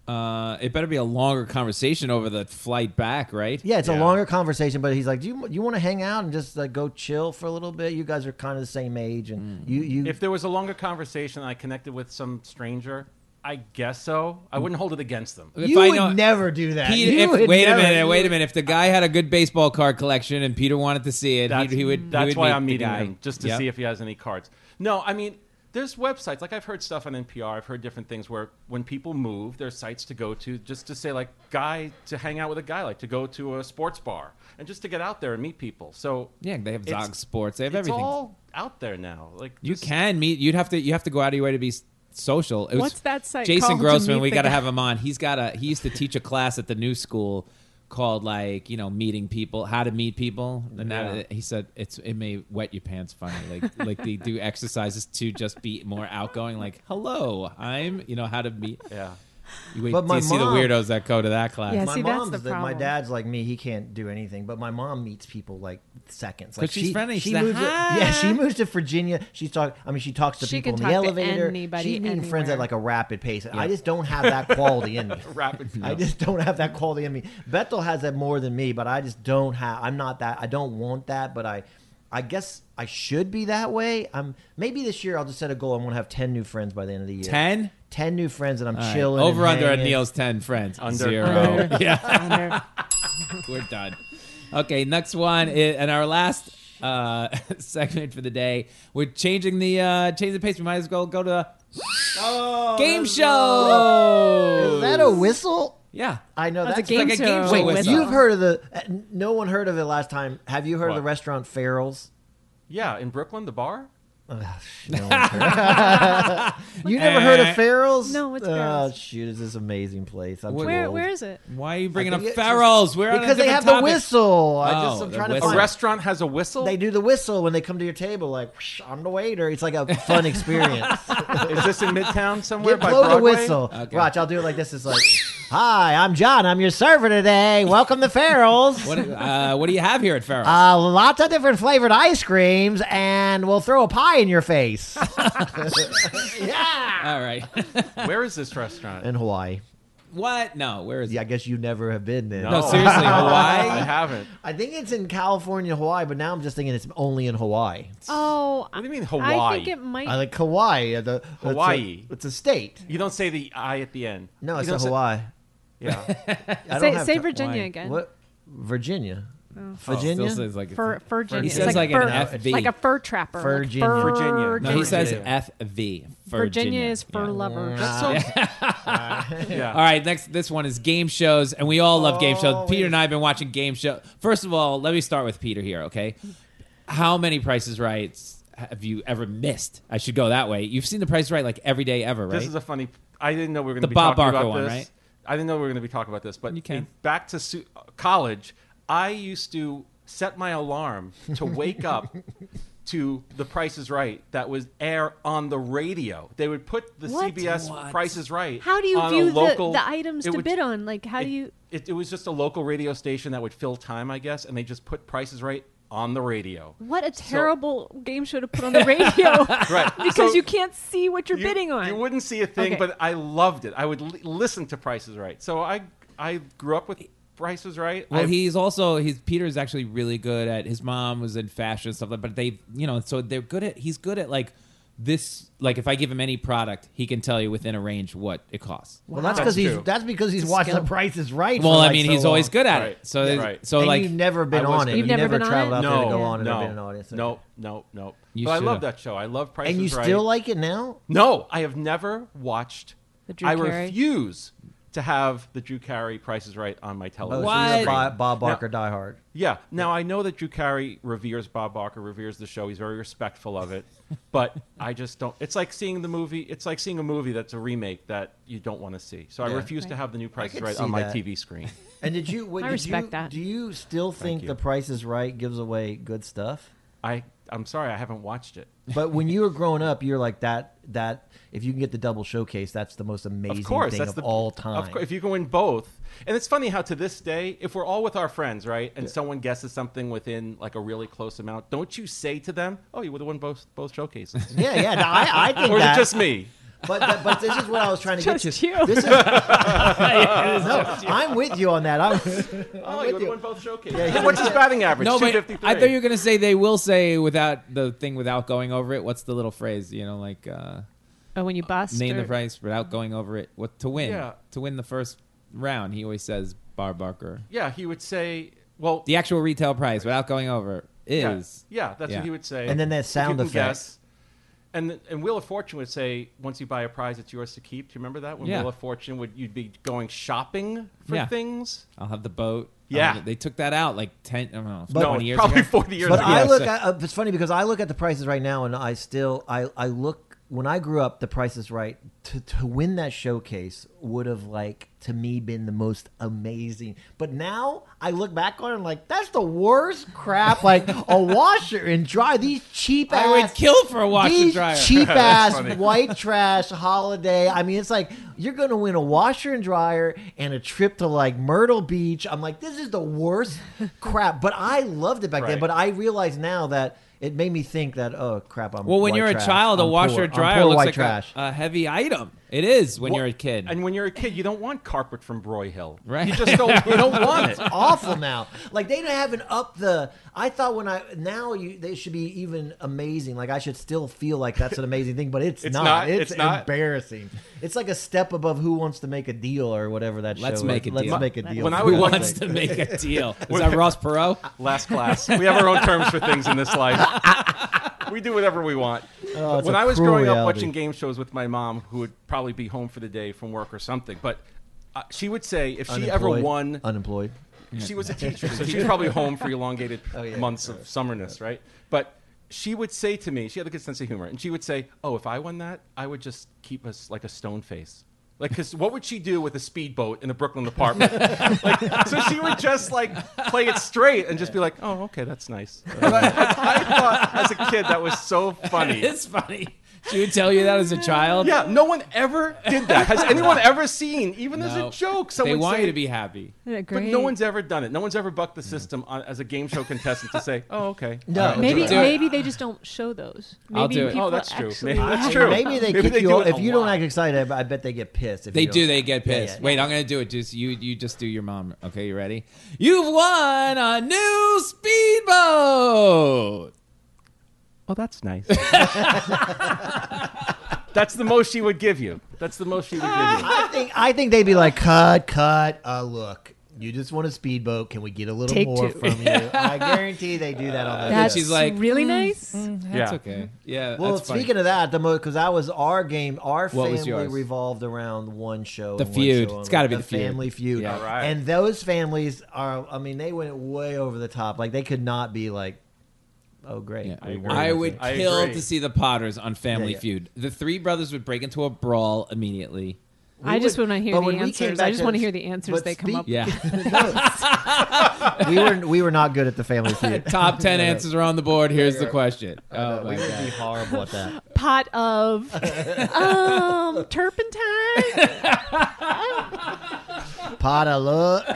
H: Uh, it better be a longer conversation over the flight back, right?
G: Yeah, it's a
J: Yeah.
G: longer conversation, but he's like, "Do you you want to hang out and just like go chill for a little bit? You guys are kind of the same age,
H: Mm.
G: and you you
J: If there was a longer conversation and I connected with some stranger, I guess so. I wouldn't hold it against them.
H: If
G: you
H: I
G: would
H: know-
G: never do that.
H: Peter,
G: You
H: if-
G: would
H: wait
G: never-
H: a minute,
G: you
H: wait a
G: would-
H: minute. If the guy had a good baseball card collection and Peter wanted to see it,
J: That's,
H: he, he would. he
J: that's
H: would
J: why
H: meet
J: I'm
H: the
J: meeting
H: guy.
J: him just to
H: Yep.
J: see if he has any cards. No, I mean, there's websites. Like I've heard stuff on NPR. I've heard different things where when people move, there's sites to go to just to say like guy to hang out with a guy, like to go to a sports bar and just to get out there and meet people. So
H: Yeah, they have
J: it's-
H: Zog Sports. They have
J: it's
H: everything.
J: all out there now. Like
H: You
J: just-
H: can meet. You'd have to. You have to go out of your way to be s- social. It was
I: What's that site
H: Jason
I: called to
H: Grossman.
I: meet
H: We
I: the
H: got to
I: guy?
H: have him on. He's got a. He used to teach a class at the new school called like you know meeting people, how to meet people. And now
J: Yeah.
H: he said it's it may wet your pants funny. Like like they do exercises to just be more outgoing. Like hello, I'm you know how to meet.
J: Yeah.
H: You wait
G: But
H: till
G: my
H: you see the
G: mom-
H: weirdos that go to that class.
I: Yes.
G: my
I: See, that's
G: mom's
I: the
G: the- my
I: problem.
G: dad's like me. He can't do anything. But my mom meets people like seconds. Like
H: 'Cause she's friendly. She's like,
G: moves to,
H: "Hi."
G: yeah, she moves to Virginia. She's talk. I mean, she talks to
I: She can
G: people in the
I: talk to
G: elevator.
I: anybody,
G: she's meeting friends
I: anywhere.
G: at like a rapid pace. I just don't have that quality in me.
J: Rapid
G: I just don't have that quality in me. Bethel has that more than me, but I just don't have. I'm not that. I don't want that. But I, I guess I should be that way. I'm maybe this year I'll just set a goal. I'm gonna have ten new friends by the end of the year.
H: 10?
G: Ten new friends, and I'm
H: All right.
G: chilling. and
H: Over under at
G: hanging.
H: Neil's ten friends.
J: Under.
H: Zero.
J: Under.
H: Yeah. We're done. Okay, next one is, and our last uh, segment for the day. We're changing the uh, change the pace. We might as well go to game show.
G: Oh, Is that a whistle?
H: yeah.
G: I know that's,
I: That's a game
H: like a
I: show.
H: game show
G: Wait,
H: whistle.
G: you've heard of the? uh, No one heard of it last time. Have you heard of
J: What?
G: the restaurant Farrell's?
J: Yeah, in Brooklyn, the bar.
G: Ugh, no one heard. you never heard of
H: Eh.
G: Farrell's?
I: No, it's
G: Oh,
I: Farrell's.
G: shoot, is this amazing place? I'm too
I: Where
G: old.
I: where is it?
H: Why are you bringing
G: I
H: up
G: think it's
H: Farrell's? We're on a
G: Because they
H: different
G: have the
H: topic.
G: whistle. I just
H: Oh,
G: am
H: the
G: trying to
H: whistle.
J: A
G: find.
J: restaurant has a whistle.
G: They do the whistle when they come to your table, like "Whoosh, I'm the waiter. It's like a fun experience.
J: Is this in Midtown somewhere
G: Get
J: by
G: blow the
J: Broadway?
G: whistle.
H: Okay.
G: Watch, I'll do it like this. It's like Hi, I'm John. I'm your server today. Welcome to Farrell's.
H: What, uh, what do you have here at Farrell's?
G: Uh, lots of different flavored ice creams, and we'll throw a pie in your face. yeah.
H: All right.
J: Where is this restaurant?
G: In Hawaii.
H: what? No, where is
G: Yeah, I guess you never have been there.
H: it? No, seriously,
J: I
H: Hawaii?
J: haven't.
G: I think it's in California, Hawaii, but now I'm just thinking it's only in Hawaii.
I: Oh,
J: What do you mean
I: I
J: Hawaii?
I: think it might.
G: I like Hawaii. uh, The, it's a-
J: Hawaii.
G: It's a, state.
J: You don't say the I at the end.
G: No,
J: You
G: it's
J: don't
G: not
J: say-
G: Hawaii.
J: Yeah.
G: I don't
I: say
G: have
I: say
G: ti-
I: Virginia
H: Why?
I: again.
G: What? Virginia.
H: Oh, Still
G: Virginia.
H: says like
I: Fur, Virginia.
H: He
I: It's
H: says like an
I: fur,
H: FV.
I: Like a fur trapper.
G: Virginia.
I: Like fur-
J: Virginia. No,
H: no, he says
J: Virginia.
H: FV.
I: Virginia is fur
H: Yeah.
I: lovers.
J: That's so.
I: Uh,
H: All
J: yeah.
H: right, next this one is game shows, and we all love game shows. Peter and I have been watching game show. First of all, let me start with Peter here, okay? How many Prices Rights have you ever missed? I should go that way. You've seen the Price is Right like every day ever, right?
J: This is a funny. I didn't know we were going
H: The
J: to be
H: Bob
J: talking
H: Barker
J: about
H: one,
J: this.
H: right?
J: I didn't know we were going to be talking about this, but
H: You can.
J: back to su- college. I used to set my alarm to wake up to The Price is Right that was air on the radio. They would put the
I: What?
J: CBS
H: What?
J: Price is Right.
I: How do you
J: on a
I: view
J: local,
I: the, the items
J: it
I: to
J: would-
I: bid on? Like, how
J: it,
I: do you?
J: It, it was just a local radio station that would fill time, I guess, and they just put Price is Right on the radio.
I: What a terrible game show to put on the radio.
J: Right.
I: because
J: So-
I: you can't see what you're
J: you-
I: bidding on.
J: You wouldn't see a thing,
I: Okay.
J: but I loved it. I would li- listen to Price is Right. So I I grew up with Price is Right.
H: Well,
J: I-
H: he's also he's Peter's actually really good at his mom was in fashion and stuff like. But they, you know, so they're good at he's good at like this. Like if I give him any product, he can tell you within a range what it costs.
G: Well, that's
J: Wow.
G: because
J: That's
G: he's
J: true.
G: that's because he's watching The Price is Right.
H: Well,
G: for,
H: I
G: like,
H: mean,
G: so
H: he's always
G: long.
H: good at
J: Right.
H: it. So,
J: Yeah.
H: it-
J: Right.
H: so
G: and
H: like
G: you've never been
J: I was
G: on it.
J: gonna-
G: You've
I: You've
G: never,
I: never been on
G: traveled
I: it?
G: out there
J: no,
G: to go on and
J: no,
G: have been an audience.
J: no, no, no.
H: You
J: But I
H: should've.
J: love that show. I love Price
G: And you
J: is Right.
G: still like it now?
J: No, I have never watched.
I: The Drew
J: I
I: Carey?
J: refuse to have the Drew Carey Price is Right
G: Oh,
J: on my television.
H: What?
G: So you're a
H: What?
G: Bob, Bob
J: No.
G: Barker Die Hard.
J: Yeah. Now I know that Drew Carey reveres Bob Barker, reveres the show. He's very respectful of it, but I just don't. It's like seeing the movie. It's like seeing a movie that's a remake that you don't want to see. So I
G: Yeah.
J: refuse to
I: Right.
J: have the new Price is
G: could
J: Right
G: see
J: on my
G: that.
J: TV screen.
G: And did you? What,
I: I
G: did
I: respect
G: you,
I: that.
G: Do you still think
J: you.
G: The Price is Right gives away good stuff?
J: I I'm sorry, I haven't watched it.
G: But when you were growing up, you're like that. That if you can get the double showcase, that's the most amazing
J: Of course,
G: thing
J: that's
G: of
J: the
G: all time.
J: Of course, if you can win both, and it's funny how to this day, if we're all with our friends, right, and someone guesses something within like a really close amount, don't you say to them, "Oh, you would have won both both showcases,"
G: yeah, yeah. no, I, I think
J: or is
G: that.
J: it just me?
G: But that- but this is what I was trying to get
I: Just
G: to.
I: you.
G: This is, no, I'm with you on that. I'm, I'm
J: Oh, you
G: with
J: would have
G: you.
J: won both showcases. What's his batting average?
H: No, but I
J: 253.
H: thought you were gonna say they will say without the thing without going over it. What's the little phrase? You know, like uh,
I: oh, when you bust.
H: name the
I: or-
H: price without going over it. What to win?
J: Yeah.
H: To win the first round, he always says Bar Barker.
J: Yeah, he would say, "Well,
H: The actual retail price without going over
J: yeah,
H: is
J: yeah, that's
H: Yeah.
J: what he would say."
G: And then that
J: If you
G: sound
J: can
G: effect.
J: guess. And and Wheel of Fortune would say, "Once you buy a prize, it's yours to keep." Do you remember that when
H: Yeah.
J: Wheel of Fortune would you'd be going shopping for
H: Yeah.
J: things?
H: I'll have the boat.
J: Yeah.
H: Um, they took that out like ten, I don't know,
G: But-
H: twenty
J: no,
H: years
J: probably
H: ago.
J: forty years
G: But
J: ago.
G: I
H: Yeah,
G: look.
H: so-
G: At, uh, it's funny because I look at the prices right now, and I still I I look when I grew up. The prices right to to win that showcase would have like to me been the most amazing. But now I look back on it and like that's the worst crap. Like a washer and dryer. These cheap.
H: I would
G: ass-
H: kill for a washer
G: these
H: dryer.
G: Cheap
J: That's
G: ass
J: funny.
G: white trash holiday. I mean, it's like you're gonna win a washer and dryer and a trip to like Myrtle Beach. I'm like, this is the worst crap. But I loved it back then.
J: Right.
G: But I realize now that it made me think that oh crap, I'm
H: Well, when
G: white
H: you're
G: trash.
H: a child, a
G: I'm
H: washer
G: poor. I'm
H: dryer
G: poor
H: looks
G: white
H: like a,
G: trash.
H: a heavy item. It is when you're a kid.
J: And when you're a kid, you don't want carpet from Broy Hill.
H: Right.
J: You just don't. You don't want it.
G: awful now. Like they haven't up the. I thought when I now you they should be even amazing. Like I should still feel like that's an amazing thing, but it's,
J: It's
G: not.
J: not.
G: It's,
J: It's not.
G: embarrassing. It's like a step above who wants to make a deal or whatever that.
H: Let's
G: show
H: make
G: is.
H: a
G: Let's
H: deal.
G: make a deal.
J: When I
H: Who
J: would want
H: wants to make a deal? Is that Ross Perot?
J: Last class. We have our own terms for things in this life. We do whatever we want.
G: Oh, it's
J: when
G: a
J: I was
G: cruel
J: growing up
G: reality.
J: watching game shows with my mom, who would probably be home for the day from work or something, but uh, she would say if she ever
G: Unemployed.
J: won,
G: unemployed.
J: she was a teacher, so she was probably home for elongated
H: Oh,
G: yeah.
J: months of summerness, right? But she would say to me, she had a good sense of humor, and she would say, "Oh, if I won that, I would just keep us like a stone face." Like, because what would she do with a speedboat in a Brooklyn apartment? like, so she would just like play it straight and just be like, "Oh, okay, that's nice." I, I thought as a kid that was so funny.
H: It's funny. She would tell you that as a child.
J: Yeah, no one ever did that. Has anyone ever seen, even as
H: No.
J: a joke, someone
H: They want
J: say,
H: you to be happy.
J: But no one's ever done it. No one's ever bucked the system on, as a game show contestant to say, "Oh, okay."
G: No.
J: All right,
I: Maybe
J: let's
H: do it.
I: maybe they just don't show those. Maybe
H: I'll do it.
J: do it."
I: people
J: Oh, that's true.
I: actually
J: Maybe that's
I: laugh.
J: true.
G: Maybe they get
J: do
G: you. all-
J: it
G: if
J: a
G: you don't
J: lot.
G: act excited, I bet they get pissed. If
H: They
G: you
H: do.
G: don't-
H: They get
G: Yeah, yeah,
H: pissed.
G: yeah.
H: Wait, I'm gonna do it. Just you. You just do your mom. Okay, you ready? You've won a new speedboat.
J: Oh, that's nice. that's the most she would give you. That's the most she would give you.
G: I think I think they'd be like, cut, cut. Uh, look, you just want a speedboat. Can we get a little
I: Take
G: more
I: two.
G: from you? I guarantee they do that on the.
H: And
I: That's
H: she's like,
I: really nice.
H: That's
J: Yeah.
H: okay. Yeah.
G: Well,
H: that's funny.
G: speaking of that, the most because I was our game, our
H: What was
G: family
H: yours?
G: revolved around one show.
H: The
G: and one
H: Feud.
G: show
H: It's gotta
G: only.
H: be The Feud.
G: Family Feud.
H: Yeah.
J: Right.
G: And those families are, I mean, they went way over the top. Like they could not be like, oh great,
H: Yeah.
G: we won.
H: I would
J: I
H: kill
J: agree.
H: to see the Potters on Family
G: Yeah, yeah.
H: Feud. The three brothers would break into a brawl immediately.
I: I just
G: would-
I: want to hear
G: but
I: the
G: when we came
I: answers.
G: back
I: I just
G: to-
I: want to hear the answers
G: but
I: they come
G: speak-
I: up with.
H: Yeah.
G: No. we were we were not good at the Family Feud.
H: Top ten
G: No, no.
H: answers are on the board. Here's the question.
G: No,
H: Oh my
G: we would
H: god.
G: be horrible at that.
I: Pot of um
J: Oh,
I: turpentine.
G: Pot of luck.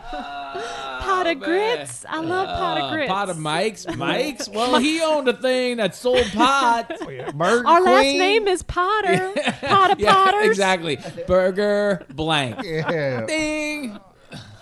I: pot of grits. I love pot
J: Uh,
I: of grits.
H: Uh, Pot of Mike's. Mike's. Well, he owned a thing that sold pot.
G: Oh,
H: Burger
I: Our last
H: Queen.
I: name is Potter. Pot of
H: Yeah,
I: Potters.
H: exactly. Burger blank.
G: Yeah.
H: Ding.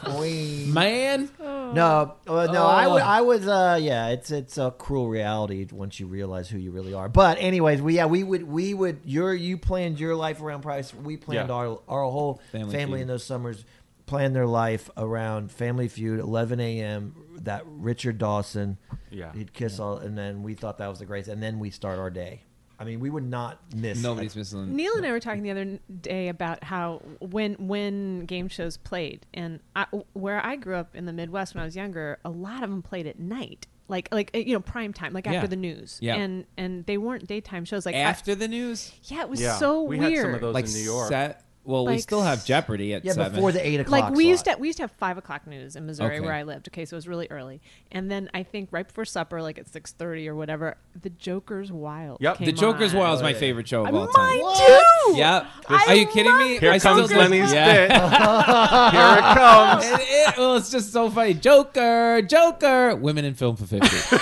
G: Queen.
H: Man.
G: No, uh, no, I
H: Oh.
G: wa- I was, uh, yeah, it's it's a cruel reality once you realize who you really are. But anyways, we yeah, we would we would your you planned your life around Price. We planned
J: Yeah.
G: our our whole
H: Family
G: family,
H: Feud.
G: in those summers planned their life around Family Feud, 11 a.m. That Richard Dawson,
J: Yeah.
G: he'd kiss all, and then we thought that was the greatest, and then we start our day. I mean, we would not miss.
H: Nobody's missing.
I: Neil and I were talking the other n- day about how when when game shows played, and I, where I grew up in the Midwest when I was younger, a lot of them played at night, like like uh, you know prime time, like
H: Yeah.
I: after the news,
H: Yeah.
I: and and they weren't daytime shows. Like I-
H: After the news.
I: yeah, it was
J: Yeah,
I: so
J: we
I: weird.
J: had some of those
H: Like
J: in New York.
H: set- well, we
I: Like
H: still have
I: s-
H: Jeopardy at
G: Yeah,
H: seven.
G: before the eight o'clock.
I: like we used
G: slot.
I: to we used to have five o'clock news in Missouri
H: Okay.
I: where I lived. Okay, so it was really early, and then I think right before supper, like at six thirty or whatever, the Joker's Wild.
J: Yep.
I: came
H: The Joker's
I: on.
H: Wild is my favorite show of all time.
I: Mine too.
H: Yep.
I: I
H: Are you kidding
I: love
H: me?
J: Here
H: I still
J: comes
H: do-
J: Lenny's
H: Yeah.
J: bit. Here it comes.
H: It- it- well, it's just so funny. Joker, Joker, women in film for fifty.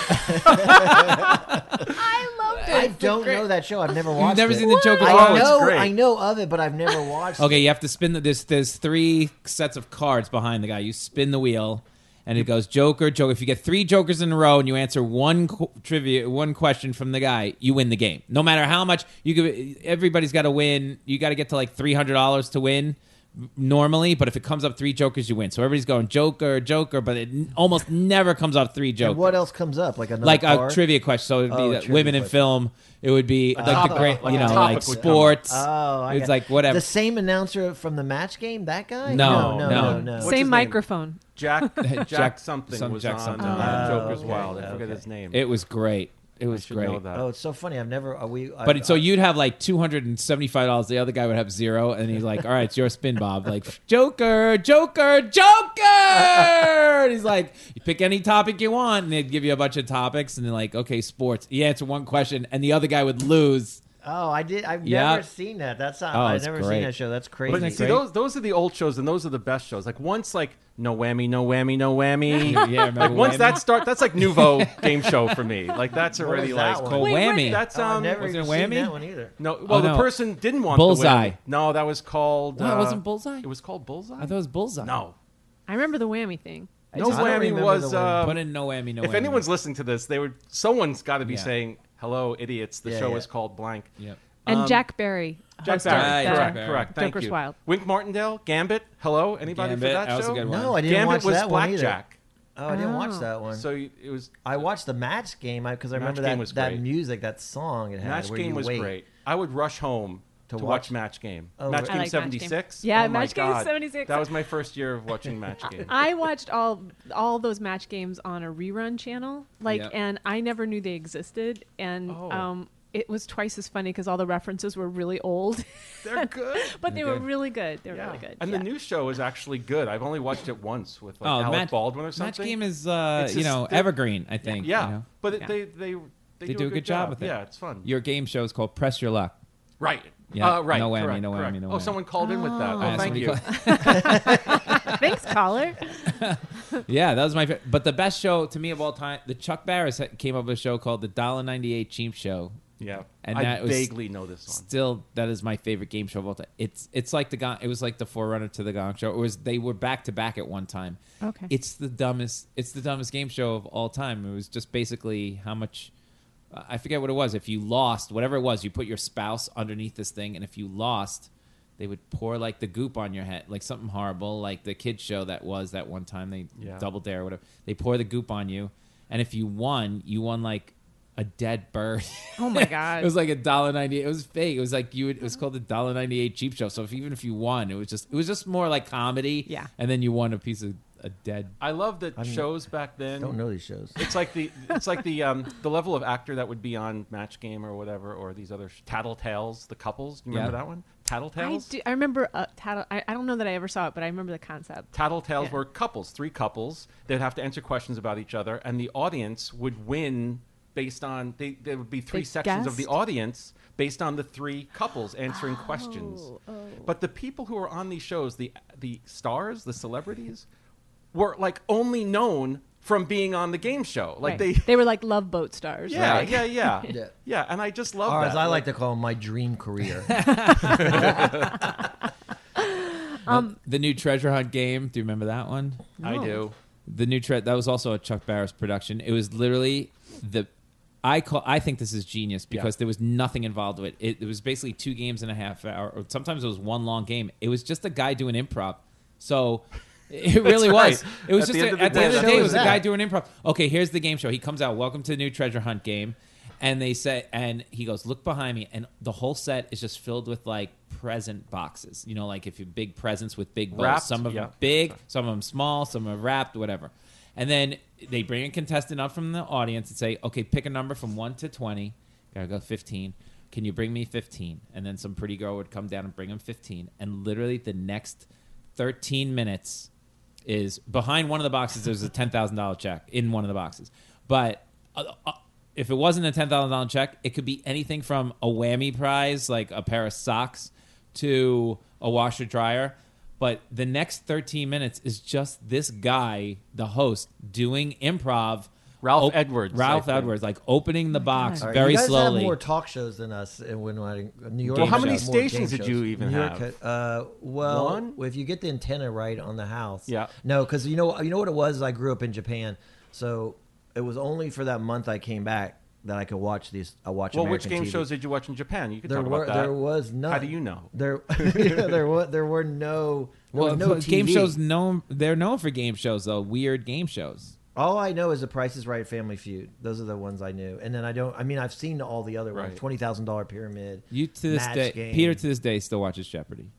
G: I don't know that show. I've never watched.
H: You've never
G: it.
H: seen the Joker?
J: Oh,
G: I
J: it's
G: know,
J: great.
G: I know of it, but I've never watched. it.
H: Okay, you have to spin the. There's there's three sets of cards behind the guy. You spin the wheel, and it goes Joker, Joker. If you get three Jokers in a row and you answer one qu- trivia, one question from the guy, you win the game. No matter how much you give, everybody's got to win. You got to get to like three hundred dollars to win normally, but if it comes up three Jokers, you win. So everybody's going Joker, Joker, but it n- almost never comes up three Jokers.
G: And what else comes up? Like another
H: like
G: car?
H: a trivia question. So it'd be
G: Oh,
H: that
G: trivia
H: women in
G: question.
H: film. It would be like the
G: topic,
H: great,
G: like
H: you
G: a
H: know,
G: topic
H: like
J: would come up.
H: sports.
G: Oh, I
H: it's
G: got-
H: like whatever.
G: The same announcer from the match game, that guy?
H: No, no.
G: no, no. no,
J: What's his
I: Same
J: name?
I: microphone.
J: Jack, Jack,
H: Jack-
J: something
H: some
J: was
H: Jack
J: on
H: something.
J: uh,
G: Oh,
J: Joker's
G: okay,
J: Wild. I
G: okay.
J: forget his name.
H: It was great. It was
J: should
H: great.
J: know that.
G: Oh, it's so funny. I've never. Are we? I- uh,
H: But it- so
G: I-
H: you'd have like two hundred and seventy-five dollars. The other guy would have zero, and he's like, "All right, it's your spin, Bob." Like, Joker, Joker, Joker. And he's like, "You pick any topic you want," and they'd give you a bunch of topics, and they're like, "Okay, sports. Yeah, it's one question," and the other guy would lose.
G: Oh, I did. I've
H: Yeah.
G: never seen that. That's not.
H: Oh,
G: I've
H: it's
G: never
H: great.
G: seen that show. That's crazy.
J: But see, those those are the old shows, and those are the best shows. Like once, like no whammy, no whammy, no whammy.
H: Yeah, remember
J: like once
H: whammy?
J: that start, that's like nouveau game show for me. Like that's
G: What
J: already
G: is that
J: like
G: one?
H: Oh,
I: Wait, what-
H: whammy.
J: that's
G: Oh, I've
J: um
G: never
H: was it
G: even
H: Whammy?
G: seen that one either.
J: no. Well,
H: Oh, no.
J: the person didn't want
H: Bullseye.
J: The whammy. No, that was called.
H: No, it
J: uh,
H: wasn't Bullseye?
J: It was called bullseye.
H: I thought it was bullseye.
J: no,
I: I remember the whammy thing.
J: no
G: just- I don't
J: whammy
G: remember
J: was.
G: the whammy.
J: um,
H: Put in no whammy, no.
J: if
H: whammy.
J: anyone's listening to this, they would. Someone's got to be
H: Yeah.
J: saying, "Hello, idiots." The
G: Yeah,
J: show
G: yeah.
J: is called blank.
H: Yep.
I: And
J: Um,
I: Jack Barry.
J: Jack
I: hosted
J: Barry,
H: Right,
I: the-
J: correct,
H: Jack
J: correct. Thank
I: Joker's
J: you.
I: Wild.
J: Wink Martindale, Gambit. Hello, anybody
H: Gambit,
J: for that,
H: that was a
J: show?
H: good one.
G: No, I didn't
J: Gambit
G: watch
J: was
G: that one either.
J: blackjack.
G: Oh, I didn't
I: Oh.
G: watch that one.
J: So you- it was
G: I watched the match game because I
J: Match
G: remember
J: Game
G: that
J: was
G: that
J: great.
G: music, that song it had.
J: match
G: where
J: game
G: you
J: was
G: wait.
J: great. I would rush home to,
G: To
J: watch
G: watch-
J: match game.
G: Oh,
J: match
G: right.
J: game
G: I
I: like Match Game.
J: seventy six.
I: Yeah,
J: oh my
I: Match Game
J: God.
I: 76.
J: That was my first year of watching match game.
I: I watched all all those match games on a rerun channel, like,
H: Yep.
I: and I never knew they existed, and
J: Oh.
I: um, it was twice as funny because all the references were really old,
J: They're good.
I: but they were
H: Okay.
I: really good. They were
J: Yeah.
I: really good.
J: And
I: yeah.
J: the new show is actually good. I've only watched it once with like
H: Oh,
J: Alec
H: match,
J: Baldwin or something.
H: Match game is uh,
J: It's
H: you
J: just-
H: know
J: they're-
H: evergreen. I think.
J: yeah,
H: you know?
J: but it,
I: Yeah.
J: they they
H: They do a good job with it.
J: Yeah, it's fun.
H: Your game show is called Press Your Luck.
J: Right.
H: Yeah.
J: Uh, right.
H: No whammy,
J: correct,
H: no whammy,
J: correct.
H: no
J: Oh,
H: whammy.
J: someone called in with that.
H: I
J: Oh,
H: asked
J: thank
H: somebody
J: you.
I: Thanks, caller.
H: yeah, that was my. fa- But the best show to me of all time, the Chuck Barris ha- came up with a show called the Dollar Ninety Eight Cheap Show.
J: Yeah.
H: and
J: I
H: that was
J: vaguely know this one.
H: Still, that is my favorite game show of all time. It's it's like the Gong. It was like the forerunner to the Gong Show. It was they were back to back at one time.
I: Okay.
H: It's the dumbest. It's the dumbest game show of all time. It was just basically how much. I forget what it was. If you lost, whatever it was, you put your spouse underneath this thing, and if you lost, they would pour like the goop on your head, like something horrible, like the kids show that was that one time. They
J: Yeah.
H: double dare or whatever. They pour the goop on you, and if you won, you won like a dead bird.
I: Oh my god.
H: It was like a dollar ninety. It was fake. It was like you. Would, it was called the dollar ninety eight cheap show. So if, even if you won, it was just it was just more like comedy.
I: Yeah.
H: And then you won a piece of a dead.
J: I love that
G: I mean,
J: shows back then.
G: Don't know these shows.
J: It's like the it's like the um, the level of actor that would be on Match Game or whatever or these other sh- Tattletales, the couples. Do you remember
H: Yeah.
J: that one?
I: I,
J: Tattletales.
I: do, I remember uh, tattle, I, I don't know that I ever saw it, but I remember the concept.
J: Tattletales
I: Yeah.
J: were couples, three couples. They'd have to answer questions about each other, and the audience would win based on they, there would be three
I: They
J: sections of the
I: guessed?
J: audience based on the three couples answering
I: Oh,
J: questions. But the people who were on these shows, the the stars, the celebrities, were like only known from being on the game show. Like
I: Right.
J: they
I: were like love boat stars.
J: Yeah,
I: right?
J: yeah, yeah,
G: Yeah.
J: yeah. and I just love
G: Or
J: that.
G: as I like to call 'em, my dream career.
H: The new treasure hunt game. Do you remember that one?
J: I do.
H: The new tre- that was also a Chuck Barris production. It was literally the I call I think this is genius because there was nothing involved with it. It was basically two games and a half hour or sometimes it was one long game. It was just a guy doing improv. So it really was.
J: right.
H: It was
J: At
H: just
J: the
H: a-
J: end of the
H: at the
J: day,
H: end of the
J: that's
H: day it
J: what
H: was a
J: it is.
H: guy doing improv. Okay, here's the game show. He comes out, "Welcome to the new treasure hunt game." And they say and he goes, "Look behind me." And the whole set is just filled with like present boxes. You know, like if you big presents with big bowls,
J: Wrapped,
H: some of them
J: yeah.
H: big, some of them small, some are wrapped, whatever. And then they bring a contestant up from the audience and say, "Okay, pick a number from one to twenty. Gotta go fifteen. Can you bring me fifteen? And then some pretty girl would come down and bring him fifteen. And literally the next thirteen minutes is behind one of the boxes. There's a ten thousand dollar check in one of the boxes, but. Uh, uh, if it wasn't a ten thousand dollar check, it could be anything from a whammy prize, like a pair of socks, to a washer dryer. But the next 13 minutes is just this guy, the host, doing improv.
J: Ralph Edwards, I
H: Ralph
J: think.
H: Edwards, like opening the box
G: All right,
H: very
G: you guys
H: slowly.
G: have more talk shows than us in when I, New York.
H: Well, how
G: has
H: many
G: more game
J: stations did
G: shows.
J: you even
G: New York
J: have?
G: had- uh, well,
J: One?
G: if you get the antenna right on the house.
J: Yeah.
G: No, because you know you know what it was. I grew up in Japan, so it was only for that month I came back that I could watch these. I watch.
J: Well, which
G: American
J: game
G: TV.
J: shows did you watch in Japan? You could
G: There
J: talk
G: were
J: about that.
G: there was none.
J: How do you know?
G: There yeah, there were there were no there
H: well,
G: was no
H: game
G: TV.
H: shows known they're known for game shows though, weird game shows.
G: All I know is the Price is Right, Family Feud. Those are the ones I knew, and then I don't. I mean, I've seen all the other
J: Right.
G: ones. Twenty thousand dollar pyramid.
H: You to this
G: Match
H: day,
G: Game.
H: Peter to this day still watches Jeopardy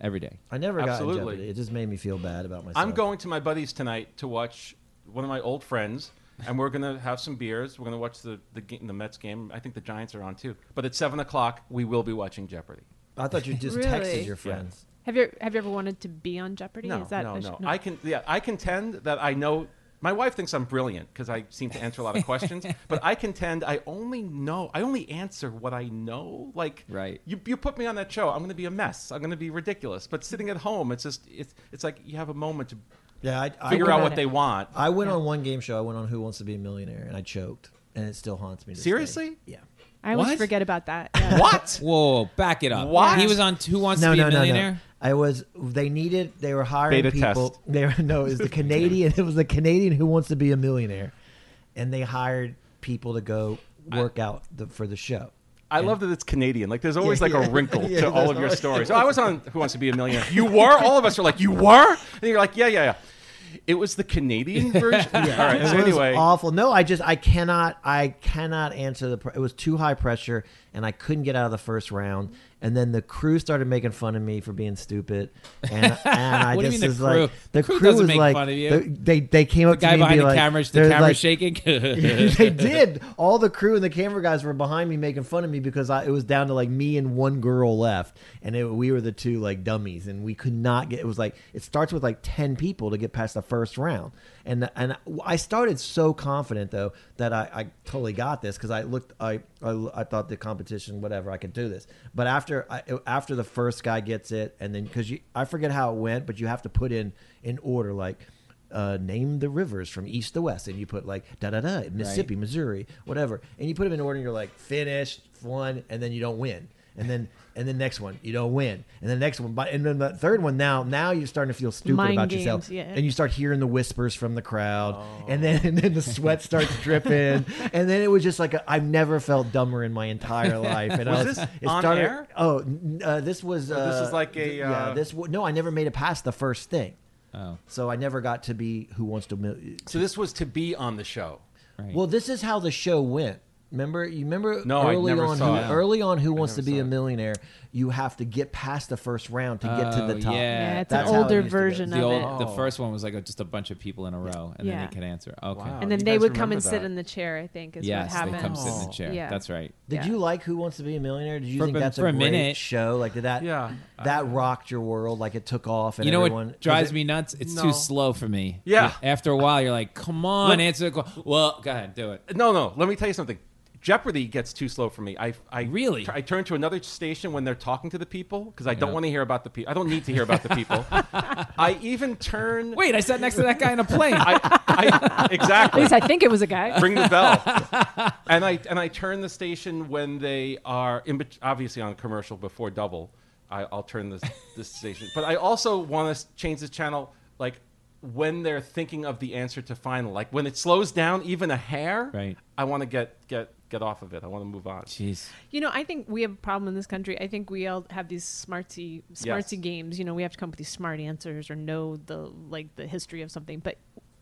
H: every day.
G: I never
J: Absolutely.
G: got in Jeopardy. It just made me feel bad about myself.
J: I'm going to my buddies tonight to watch one of my old friends, and we're gonna have some beers. We're gonna watch the the, game, the Mets game. I think the Giants are on too. But at seven o'clock, we will be watching Jeopardy.
G: I thought you just
I: Really?
G: texted your friends.
I: Have you have you ever wanted to be on Jeopardy?
J: No,
I: Is that
J: no,
I: a sh-
J: no. I can yeah, I contend that I know. My wife thinks I'm brilliant because I seem to answer a lot of questions, but I contend I only know I only answer what I know. Like
H: Right.
J: you, you put me on that show, I'm going to be a mess. I'm going to be ridiculous. But sitting at home, it's just it's it's like you have a moment to
G: Yeah, I, I
J: figure out
G: went,
I: about
J: what
I: it.
J: they want.
G: I went on one game show. I went on Who Wants to Be a Millionaire, and I choked, and it still haunts me. to this day.
J: Seriously?
G: Yeah.
I: I always
H: What?
I: forget about that. yeah.
J: What?
H: Whoa, back it up.
J: What?
H: He was on Who Wants
G: No,
H: to Be
G: no,
H: a
G: no,
H: Millionaire?
G: no. I was. They needed. They were hiring
J: Beta
G: people.
J: test.
G: They were, no, it was the Canadian. It was the Canadian Who Wants to Be a Millionaire, and they hired people to go work out the, for the show.
J: I love that it's Canadian. Like there's always
G: Yeah,
J: like
G: yeah.
J: a wrinkle
G: Yeah,
J: to all
G: there's
J: of your
G: always-
J: stories. So I was on Who Wants to Be a Millionaire. You were? All of us are like, you were? And you're like, yeah, yeah, yeah. It was the Canadian version. All right.
G: It
J: So
G: was
J: anyway,
G: awful. No, I just I cannot I cannot answer the. Pr- it was too high pressure, and I couldn't get out of the first round. And then the crew started making fun of me for being stupid, and, and I
H: What do you
G: just
H: mean the
G: was
H: crew?
G: like,
H: The crew doesn't
G: was
H: make
G: like,
H: fun of you.
G: the- they they came
H: The
G: up
H: guy
G: to me
H: behind
G: and be
H: the
G: like,
H: cameras, the
G: they're
H: camera's
G: like-
H: shaking.
G: they did. All the crew and the camera guys were behind me making fun of me because I, it was down to like me and one girl left, and it, we were the two like dummies, and we could not get. It was like it starts with like ten people to get past the the first round. And and I started so confident though that I, I totally got this because I looked I, I I thought the competition whatever I could do this. But after I, after the first guy gets it and then because you I forget how it went, but you have to put in in order like. Uh, name the rivers from east to west, and you put like da da da Mississippi, Missouri, whatever, and you put them in order, and you're like finished one, and then you don't win and then and then next one you don't win and then next one but and then the third one now now you're starting to feel stupid
I: Mind
G: about
I: games,
G: yourself
I: yeah. Oh.
G: and you start hearing the whispers from the crowd and then and then the sweat starts dripping and then it was just like i i've never felt dumber in my entire life and I
J: Was
G: was
J: this
G: it
J: on
G: started,
J: air? Oh,
G: oh n- uh, this was uh,
J: this is like a,
G: th- yeah
J: uh,
G: this w- no i never made it past the first thing
H: Oh.
G: so i never got to be who wants to Mil-
J: So this was to be on the show.
H: Right.
G: well, this is how the show went. Remember, you remember
J: No, I
G: early
J: never
G: on,
J: saw
G: who,
J: it.
G: early on, who wants to
J: never
G: be
J: saw
G: a
J: it.
G: millionaire? You have to get past the first round to get to
H: Oh,
G: the top.
H: yeah.
I: Yeah, it's
G: That's
I: an
G: how it
I: older
G: used to go.
I: version
H: the
I: of
H: old,
I: it.
H: the first one was like a, just a bunch of people in a row, and
I: Yeah.
H: then they could answer. Okay.
J: Wow.
I: and then
J: You
I: they
J: guys
I: would come and
J: remember
I: sit
J: that.
I: in the chair. I think is
H: Yes,
I: what
H: they
I: happens.
H: come sit in the chair.
I: Yeah.
H: That's right.
G: Did
I: Yeah.
G: you like Who Wants to Be a Millionaire? Did you
H: For
G: think
H: a-
G: that's
H: for
G: a
H: a
G: great
H: minute.
G: show? Like did that?
J: Yeah.
G: that rocked your world. Like it took off, and
H: you know
G: everyone,
H: what drives
G: is it-
H: me nuts? It's
J: No.
H: too slow for me.
J: Yeah.
H: After a while, you're like, come on,
J: Look-
H: answer the question. Well, go ahead, do it.
J: No, no. Let me tell you something. Jeopardy gets too slow for me. I, I
H: Really?
J: I turn to another station when they're talking to the people because I don't
H: Yeah.
J: want to hear about the people. I don't need to hear about the people. I even turn.
H: Wait, I sat next to that guy in a plane.
J: I, I,
I: At
J: exactly.
I: least I think it was a guy.
J: Ring the bell. and I and I turn the station when they are in bet- obviously on commercial before double. I, I'll turn this this station, but I also want to change the channel like when they're thinking of the answer to final, like when it slows down even a hair.
H: Right.
J: I want to get get get off of it. I want to move on.
H: Jeez.
I: You know, I think we have a problem in this country. I think we all have these smartsy smartsy
J: Yes.
I: games. You know, we have to come up with these smart answers or know the like the history of something. But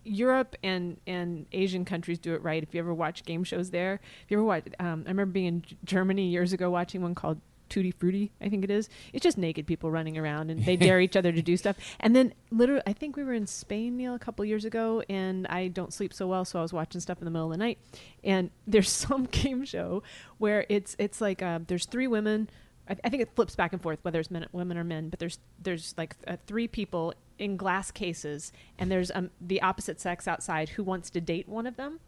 I: Europe and and Asian countries do it right. If you ever watch game shows there, if you ever watch, um, I remember being in G- Germany years ago watching one called Tutti Frutti. I think it is. It's just naked people running around and they dare each other to do stuff. And then literally, I think we were in Spain, Neil, a couple years ago, and I don't sleep so well, so I was watching stuff in the middle of the night. And there's some game show where it's it's like uh, there's three women. I, I think it flips back and forth whether it's men, women or men, but there's there's like uh, three people in glass cases, and there's um, the opposite sex outside who wants to date one of them.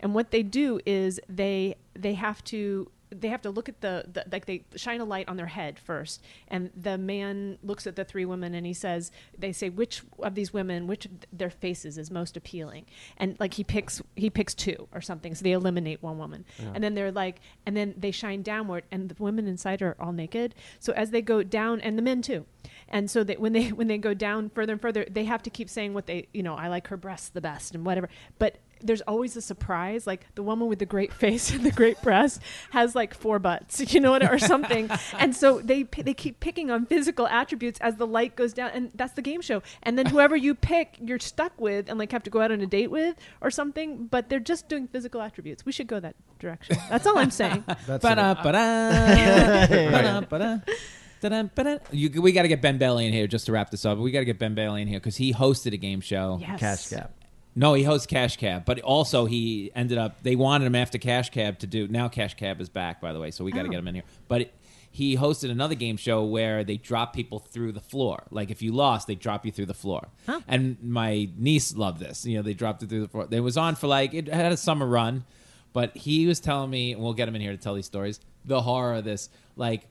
I: And what they do is they they have to they have to look at the, the like they shine a light on their head first and the man looks at the three women and he says they say which of these women which of th- their faces is most appealing and like he picks he picks two or something so they eliminate one woman and then they're like and then they shine downward and the women inside are all naked so as they go down and the men too and so that when they when they go down further and further they have to keep saying what they you know i like her breasts the best and whatever but there's always a surprise. Like the woman with the great face and the great breast has like four butts, you know, what- or something. and so they pi- they keep picking on physical attributes as the light goes down, and that's the game show. And then whoever you pick, you're stuck with, and like have to go out on a date with or something. But they're just doing physical attributes. We should go that direction. That's all I'm saying.
G: That's
H: Ba-da, ba-da, ba-da, ba-da, da-da, ba-da. You, we got to get Ben Bailey in here just to wrap this up. We got to get Ben Bailey in here because he hosted a game show.
I: Yes.
G: cash cap.
H: No, he hosts Cash Cab, but also he ended up. They wanted him after Cash Cab to do. Now Cash Cab is back, by the way, so we got to get him in here. But it, he hosted another game show where they drop people through the floor. Like if you lost, they drop you through the floor. And my niece loved this. You know, they dropped it through the floor. It was on for like it had a summer run, but he was telling me, and we'll get him in here to tell these stories. The horror of this, like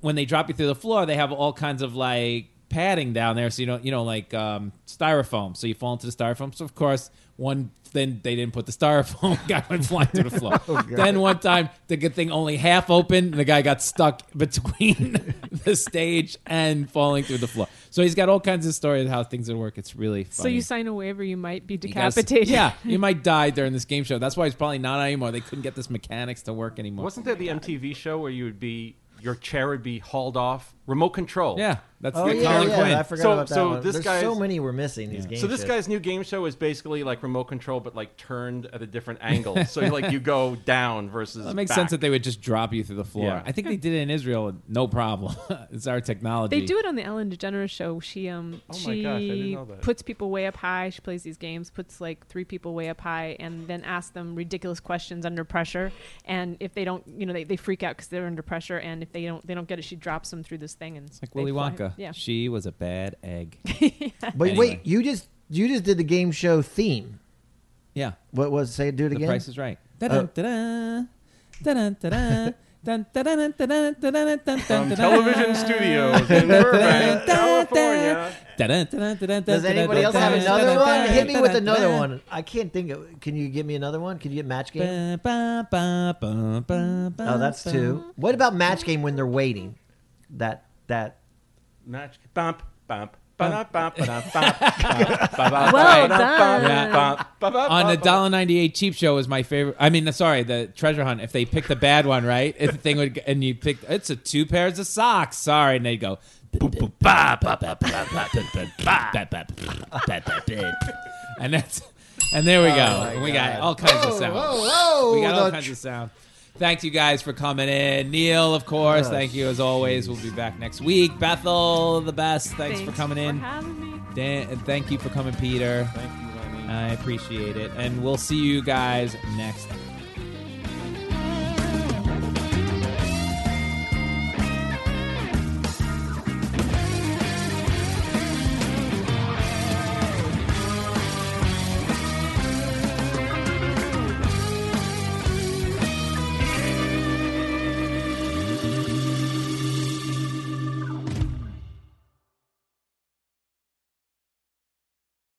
H: when they drop you through the floor, they have all kinds of like padding down there, so you don't, you know, like um, styrofoam. So you fall into the styrofoam. So of course, one then they didn't put the styrofoam. guy went flying through the floor.
G: Oh,
H: then one time, the good thing only half open, and the guy got stuck between the stage and falling through the floor. So he's got all kinds of stories of how things would work. It's really funny.
I: So you sign a waiver, you might be
H: You guys-
I: decapitated.
H: yeah, you might die during this game show. That's why it's probably not on anymore. They couldn't get this mechanics to work anymore.
J: Wasn't there the MTV show where you would be your chair would be hauled off remote control?
H: yeah, that's
G: Oh
H: the
G: yeah,
H: Colin
G: yeah,
H: Quinn.
G: I forgot
J: So-
G: about that
J: so
G: one.
J: this
G: There's
J: guy's-
G: so many we're missing these games.
J: So this guy's new game show is basically like remote control, but like turned at a different angle. so like you go down versus.
H: It makes
J: back.
H: sense that they would just drop you through the floor.
J: Yeah.
H: I think they did it in Israel, with no problem. it's our technology.
I: They do it on the Ellen DeGeneres show. She um
J: Oh my
I: she
J: gosh, I didn't know that.
I: puts people way up high. She plays these games, puts like three people way up high, and then asks them ridiculous questions under pressure. And if they don't, you know, they, they freak out because they're under pressure. And if they don't they don't get it, she drops them through this thing and
H: It's like
I: they
H: Willy
I: fly.
H: Wonka.
I: Yeah.
H: She was a bad egg.
G: But
H: Anyway.
G: wait, you just You just did the game show theme.
H: Yeah.
G: What was say? Do it
H: The
G: again.
H: Price is Right. Dun dun dun dun dun dun dun dun dun
J: From television studios in Burbank, California.
G: Does anybody else have another one? Hit me with another one. I can't think of. Can you give me another one? Can you get match game? Oh,
H: Oh,
G: that's two. What about match game when they're waiting? That that.
J: Match. Bump, bump. Ba-da, bump, ba-da, bump, bump, ba-da,
I: Well
J: ba-da,
I: done.
J: bump, bump, bump, bump,
H: On the
J: bump.
H: dollar ninety eight cheap show is my favorite. I mean, sorry, the treasure hunt. If they picked the bad one, right? If the thing would, and you picked, it's a two pairs of socks. Sorry, and they go. and that's and there we go. we got all kinds of sound.
G: Oh whoa,
H: we got all
G: the
H: kinds of sound. Thank you guys for coming in. Neil, of course. Thank you as always. We'll be back next week. Bethel, the best. Thanks, for coming in.
I: having me.
H: Dan, and thank you for coming, Peter.
J: Thank you, Lenny.
H: I appreciate it. And we'll see you guys next